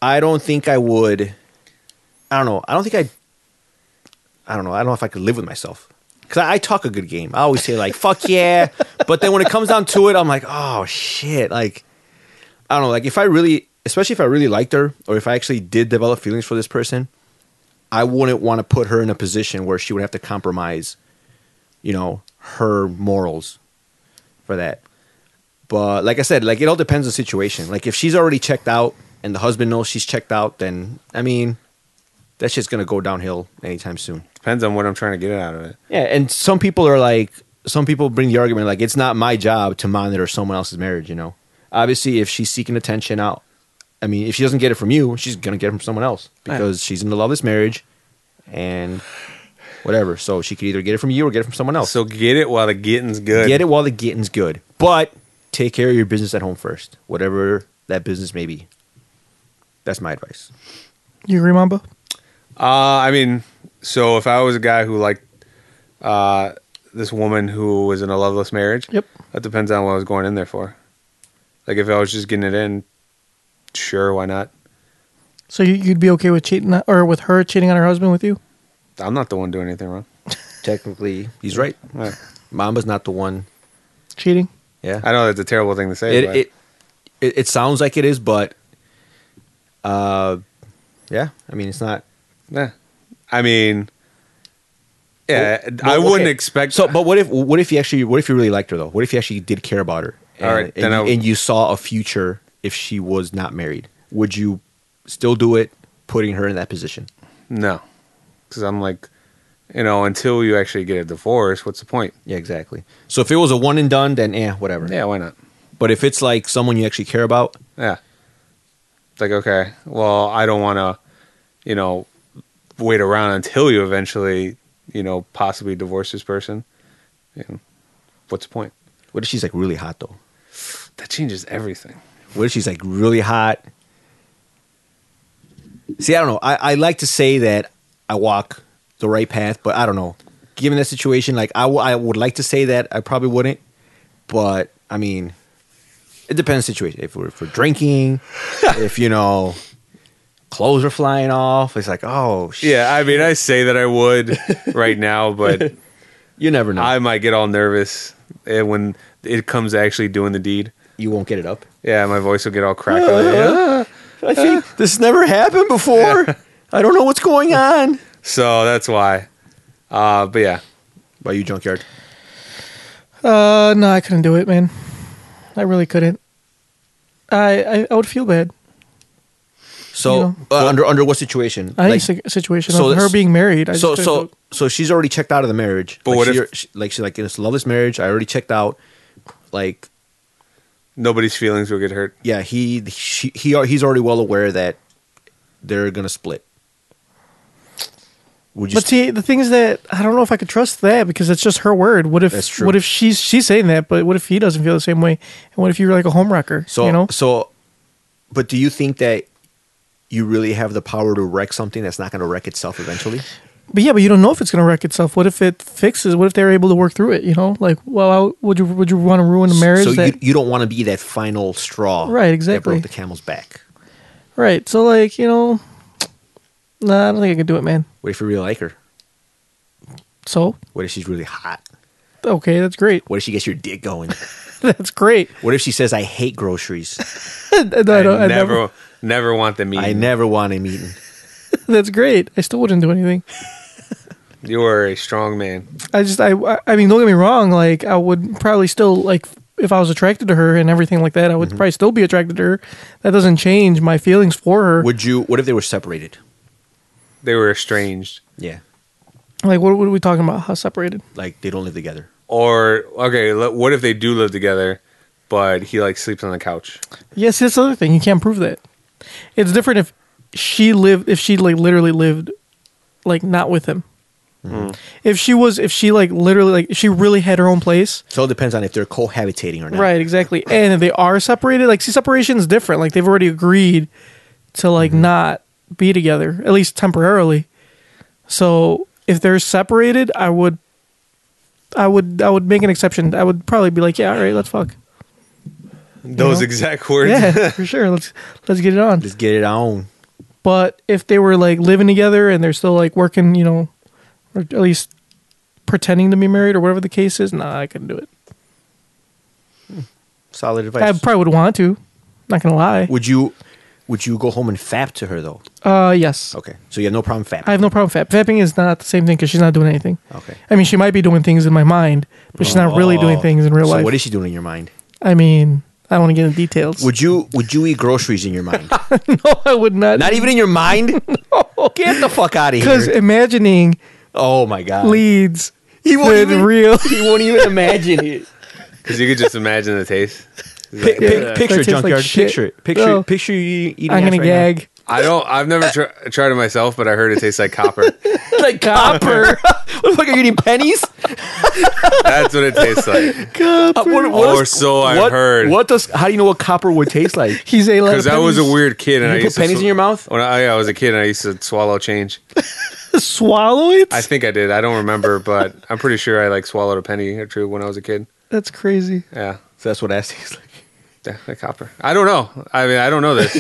D: I don't think I would. I don't know. I don't think I. I don't know. I don't know if I could live with myself because I, I talk a good game. I always say like "fuck yeah," but then when it comes down to it, I'm like, oh shit. Like, I don't know. Like if I really, especially if I really liked her, or if I actually did develop feelings for this person, I wouldn't want to put her in a position where she would have to compromise, you know, her morals for that. But like I said, like it all depends on the situation. Like if she's already checked out and the husband knows she's checked out, then I mean, that shit's gonna go downhill anytime soon.
B: Depends on what I'm trying to get out of it.
D: Yeah, and some people are like, some people bring the argument like it's not my job to monitor someone else's marriage. You know, obviously if she's seeking attention out, I mean, if she doesn't get it from you, she's gonna get it from someone else because she's in the love of this marriage, and whatever. So she could either get it from you or get it from someone else.
B: So get it while the getting's good.
D: Oh. Get it while the getting's good. But take care of your business at home first, whatever that business may be. That's my advice.
A: You agree, Mamba?
B: Uh, I mean, so if I was a guy who liked uh, this woman who was in a loveless marriage,
A: yep,
B: that depends on what I was going in there for. Like if I was just getting it in, sure, why not?
A: So you, you'd be okay with cheating on- or with her cheating on her husband with you?
B: I'm not the one doing anything wrong.
D: Technically, he's right. Mamba's not the one.
A: Cheating?
D: Yeah,
B: I know that's a terrible thing to say.
D: It
B: but
D: it, it it sounds like it is, but uh, yeah. I mean, it's not.
B: Yeah. I mean, yeah,
D: But-
B: I
D: Oh, but-
B: wouldn't
D: okay.
B: expect.
D: So, but what if what if you actually what if you really liked her though? What if you actually did care about her? And,
B: All right,
D: and,
B: then I-
D: you- and you saw a future if she was not married. Would you still do it, putting her in that position?
B: No, because I'm like, you know, until you actually get a divorce, what's the point?
D: Yeah, exactly. So if it was a one and done, then eh, whatever.
B: Yeah, why not?
D: But if it's like someone you actually care about,
B: Yeah. It's like, okay, well, I don't want to, you know, wait around until you eventually, you know, possibly divorce this person. You know, what's the point?
D: what if she's like really hot though?
B: That changes everything.
D: What if she's like really hot? See, I don't know. I, I like to say that I walk the right path, but I don't know. Given that situation, like I, w- I would like to say that I probably wouldn't, but I mean, it depends on the situation. If we're, if we're drinking, if you know, clothes are flying off, it's like, oh, sh-
B: Yeah, I mean, I say that I would right now, but
D: you never know.
B: I might get all nervous eh, when it comes to actually doing the deed.
D: You won't get it up.
B: Yeah, my voice will get all crackly. Yeah.
D: I think this never happened before. I don't know what's going on.
B: So that's why. Uh, but yeah.
D: By you, junkyard.
A: Uh, no, I couldn't do it, man. I really couldn't. I I, I would feel bad.
D: So
A: You
D: uh, under under what situation?
A: I think it's a situation
D: so
A: of her
D: this-
A: being married. I
D: so
A: just
D: so so she's already checked out of the marriage.
B: But
D: like
B: what
D: she,
B: if-
D: she- like she's like in this loveless marriage? I already checked out. Like
B: nobody's feelings will get hurt.
D: Yeah, he she, he al- he's already well aware that they're gonna split. Would you?
A: But see, the thing is that I don't know if I could trust that because it's just her word. What if?
D: That's true.
A: What if she's she's saying that, but what if he doesn't feel the same way? And what if you're like a home wrecker?
D: so
A: you know,
D: so, but do you think that you really have the power to wreck something that's not gonna wreck itself eventually?
A: But yeah, but you don't know if it's going to wreck itself. What if it fixes? What if they're able to work through it? You know, like, well, I, would you would you want to ruin a marriage?
D: so
A: that,
D: you, you don't want to be that final straw,
A: Right,
D: That
A: exactly.
D: broke the camel's back.
A: right. So like, you know, nah, I don't think I can do it, man.
D: What if you really like her?
A: So
D: What if she's really hot?
A: okay, that's great.
D: What if she gets your dick going?
A: that's great.
D: What if she says, "I hate groceries.
A: I, don't- I
B: I
A: never-
B: never, never want them
D: I
B: eaten.
D: never want him eaten"?
A: That's great. I still wouldn't do anything.
B: you are a strong man.
A: I just, I, I- I mean, don't get me wrong. Like, I would probably still like if I was attracted to her and everything like that. I would probably still be attracted to her. That doesn't change my feelings for her.
D: Would you? What if they were separated?
B: They were estranged.
D: Yeah,
A: like, what, what are we talking about? How separated?
D: like they don't live together.
B: Or okay, l- what if they do live together, but he like sleeps on the couch?
A: Yes, that's the other thing. You can't prove that. It's different if she lived, if she like literally lived, like not with him. If she was, if she like literally, like if she really had her own place.
D: So it depends on if they're cohabitating or not.
A: Right, exactly. And if they are separated, like see, separation is different. Like they've already agreed to like not be together, at least temporarily. So if they're separated, I would, I would, I would make an exception. I would probably be like, yeah, all right, let's fuck.
B: Those
A: know?
B: exact words.
A: Yeah, for sure. Let's let's get it on.
D: Let's get it on.
A: But if they were like living together and they're still like working, you know, or at least pretending to be married or whatever the case is, nah, I couldn't do it.
D: Solid
A: I
D: advice.
A: probably would want to. Not gonna lie.
D: would you? Would you go home and fap to her though?
A: Uh, yes.
D: Okay, so you have no problem fapping.
A: I have no problem fap. Fapping is not the same thing because she's not doing anything.
D: Okay.
A: I mean, she might be doing things in my mind, but she's not really doing
D: Oh.
A: things in real
D: So
A: life.
D: what is she doing in your mind?
A: I mean, I don't want to get into details.
D: Would you? Would you eat groceries in your mind?
A: no, I would not.
D: not even in your mind. Get the fuck out of
A: because
D: here.
A: imagining
D: oh my god.
A: leads
D: He won't
A: to
D: even-
A: real.
D: He won't even imagine it.
B: Because you could just imagine the taste.
D: Pic- pic-
A: that
D: picture
A: tastes like
D: junkyard.
A: shit.
D: picture it. Picture.
A: No.
D: Picture you eating.
A: I'm
D: ass
A: gonna
D: right now.
A: gag.
B: I don't. I've never tr- tried it myself, but I heard it tastes like copper.
D: like copper. what the fuck are you eating pennies?
B: That's what it tastes like.
D: Uh, what,
B: Or so I
D: what-
B: heard.
D: What does? How do you know what copper would taste like?
A: He's a
B: Because I was a weird kid, and
D: You
B: I
D: put
B: used to
D: pennies in your mouth?
B: When I, I was a kid, I used to swallow change.
A: swallow it.
B: I think I did. I don't remember, but I'm pretty sure I like swallowed a penny or two when I was a kid.
A: That's crazy.
B: Yeah,
D: So that's what ass tastes like.
B: yeah like copper. I don't know. I mean, I don't know this,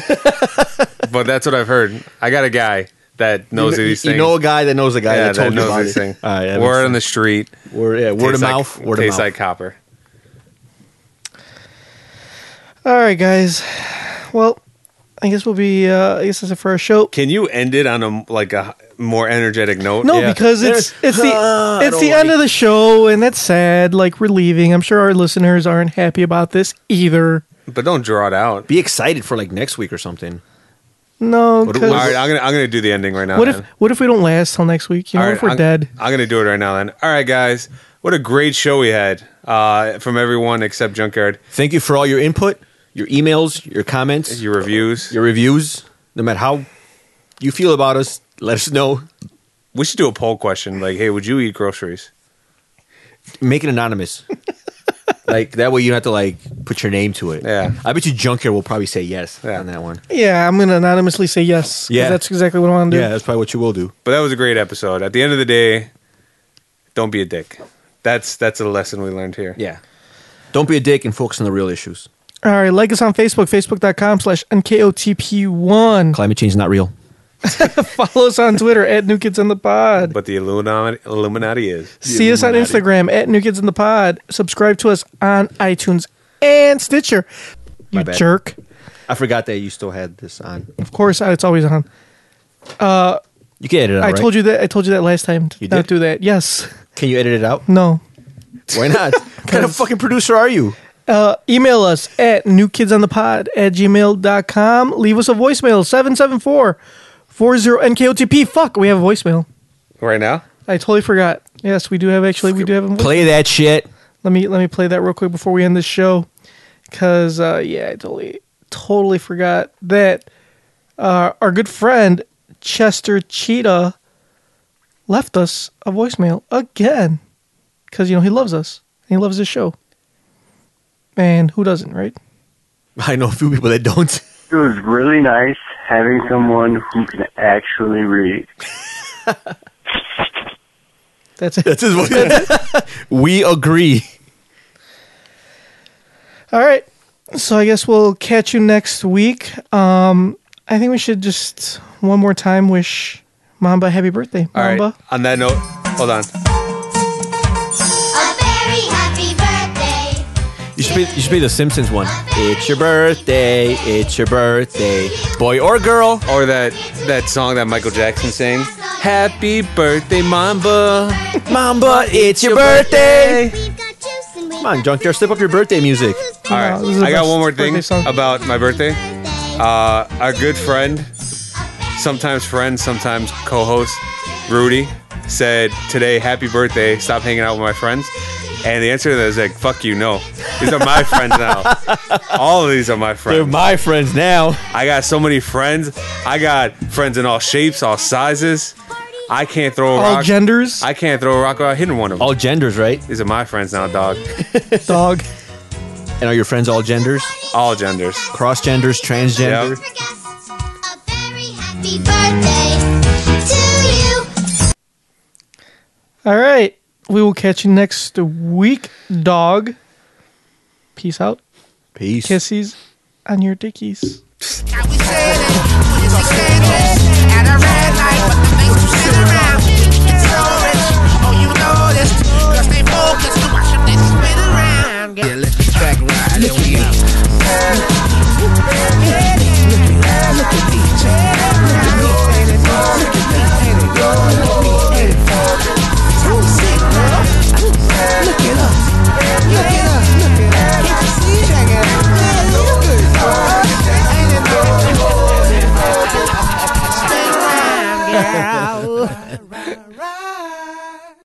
B: but that's what I've heard. I got a guy that knows
D: you, kn-
B: these
D: you
B: things.
D: know a guy that knows a guy
B: yeah,
D: that told
B: that
D: you about
B: knows these
D: it.
B: things.
D: All right, that
B: Word
D: makes
B: on the street.
D: sense. word, yeah, word of
B: Tastes like-
D: mouth. Word of
B: tastes
D: mouth.
B: like copper.
A: All right, guys. Well, I guess we'll be. Uh, I guess that's it for our show.
B: Can you end it on a like a more energetic note?
A: No,
D: Yeah.
A: because it's it's the
D: I
A: it's
D: don't
A: the end of the show, and that's sad. Like we're leaving. I'm sure our listeners aren't happy about this either.
B: but don't draw it out.
D: Be excited for like next week or something.
A: No,
D: What do-
B: All
A: 'cause-
B: right, I'm gonna I'm gonna do the ending right now.
A: what
B: then.
A: if what if we don't last till next week? You know,
B: All
A: if we're
B: I'm,
A: dead.
B: I'm gonna do it right now. Then. All right, guys. What a great show we had uh, from everyone except Junkyard.
D: Thank you for all your input, your emails, your comments, your,
B: Your reviews.
D: reviews. No matter how you feel about us, let us know.
B: we should do a poll question. Like, hey, would you eat groceries?
D: Make it anonymous. like that way you don't have to like put your name to it.
B: Yeah.
D: I bet you Junkyard will probably say yes
B: Yeah.
D: on that one.
A: Yeah, I'm gonna anonymously say yes. 'cause
D: Yeah.
A: that's exactly what I want to do.
D: Yeah, that's probably what you will do.
B: But that was a great episode. At the end of the day, don't be a dick. That's that's a lesson we learned here.
D: Yeah. Don't be a dick and focus on the real issues.
A: All right, like us on Facebook, facebook.com slash nkotp1.
D: Climate change is not real.
A: Follow us on Twitter at New Kids on the Pod.
B: But the Illuminati, Illuminati is.
A: See us on Instagram at New Kids in the Pod. Subscribe to us on iTunes and Stitcher.
D: My
A: You
D: bad.
A: jerk.
D: I forgot that you still had this on.
A: Of course, it's always on.
D: You can edit it out.
A: I told you that. I told you that last time. to
D: You
A: not
D: did?
A: do that. Yes.
D: Can you edit it out?
A: No.
D: Why not? what kind of fucking producer are you?
A: Uh, email us at newkidsonthepod at gmail.com. Leave us a voicemail 774 40 NKOTP. Fuck, we have a voicemail.
B: Right now?
A: I totally forgot. Yes, we do have actually. We do have a voice-
D: Play that shit.
A: Let me let me play that real quick before we end this show. because uh, yeah, I totally totally forgot that uh, our good friend Chester Cheetah left us a voicemail again because you know he loves us and he loves this show, and who doesn't, right?
D: I know a few people that don't.
N: It was really nice having someone who can actually read.
A: That's it.
D: That's his voice. we agree.
A: All right. So I guess we'll catch you next week. Um, I think we should just one more time wish Mamba happy birthday.
B: All right.
A: Mamba.
B: On that note, hold on.
C: A very happy birthday.
D: You should be you should be the Simpsons one. It's your birthday. It's your birthday. Boy or girl.
B: Or that that song that Michael Jackson sang. Happy birthday, Mamba.
D: Mamba, it's your birthday. Come on, Junk Jar, step up your birthday music.
B: All right.
D: this is the
B: I got
D: best
B: one more thing
D: birthday song.
B: about my birthday. Uh, our good friend, sometimes friend, sometimes co host, Rudy, said today, Happy birthday. Stop hanging out with my friends. And the answer to that is like, fuck you, no. These are my friends now. All of these are my friends.
D: They're my friends now.
B: I got so many friends. I got friends in all shapes, all sizes. I can't throw a
A: All
B: rock.
A: genders?
B: I can't throw a rock without hitting one of them.
D: All genders, right?
B: These are my friends now, dog.
A: Dog.
D: And are your friends all genders?
B: All genders.
D: Cross genders, transgender.
C: Happy birthday to you.
A: All right. We will catch you next week, dog. Peace out.
D: Peace.
A: Kissies on your dickies.
L: Yeah, let's get back right here we are.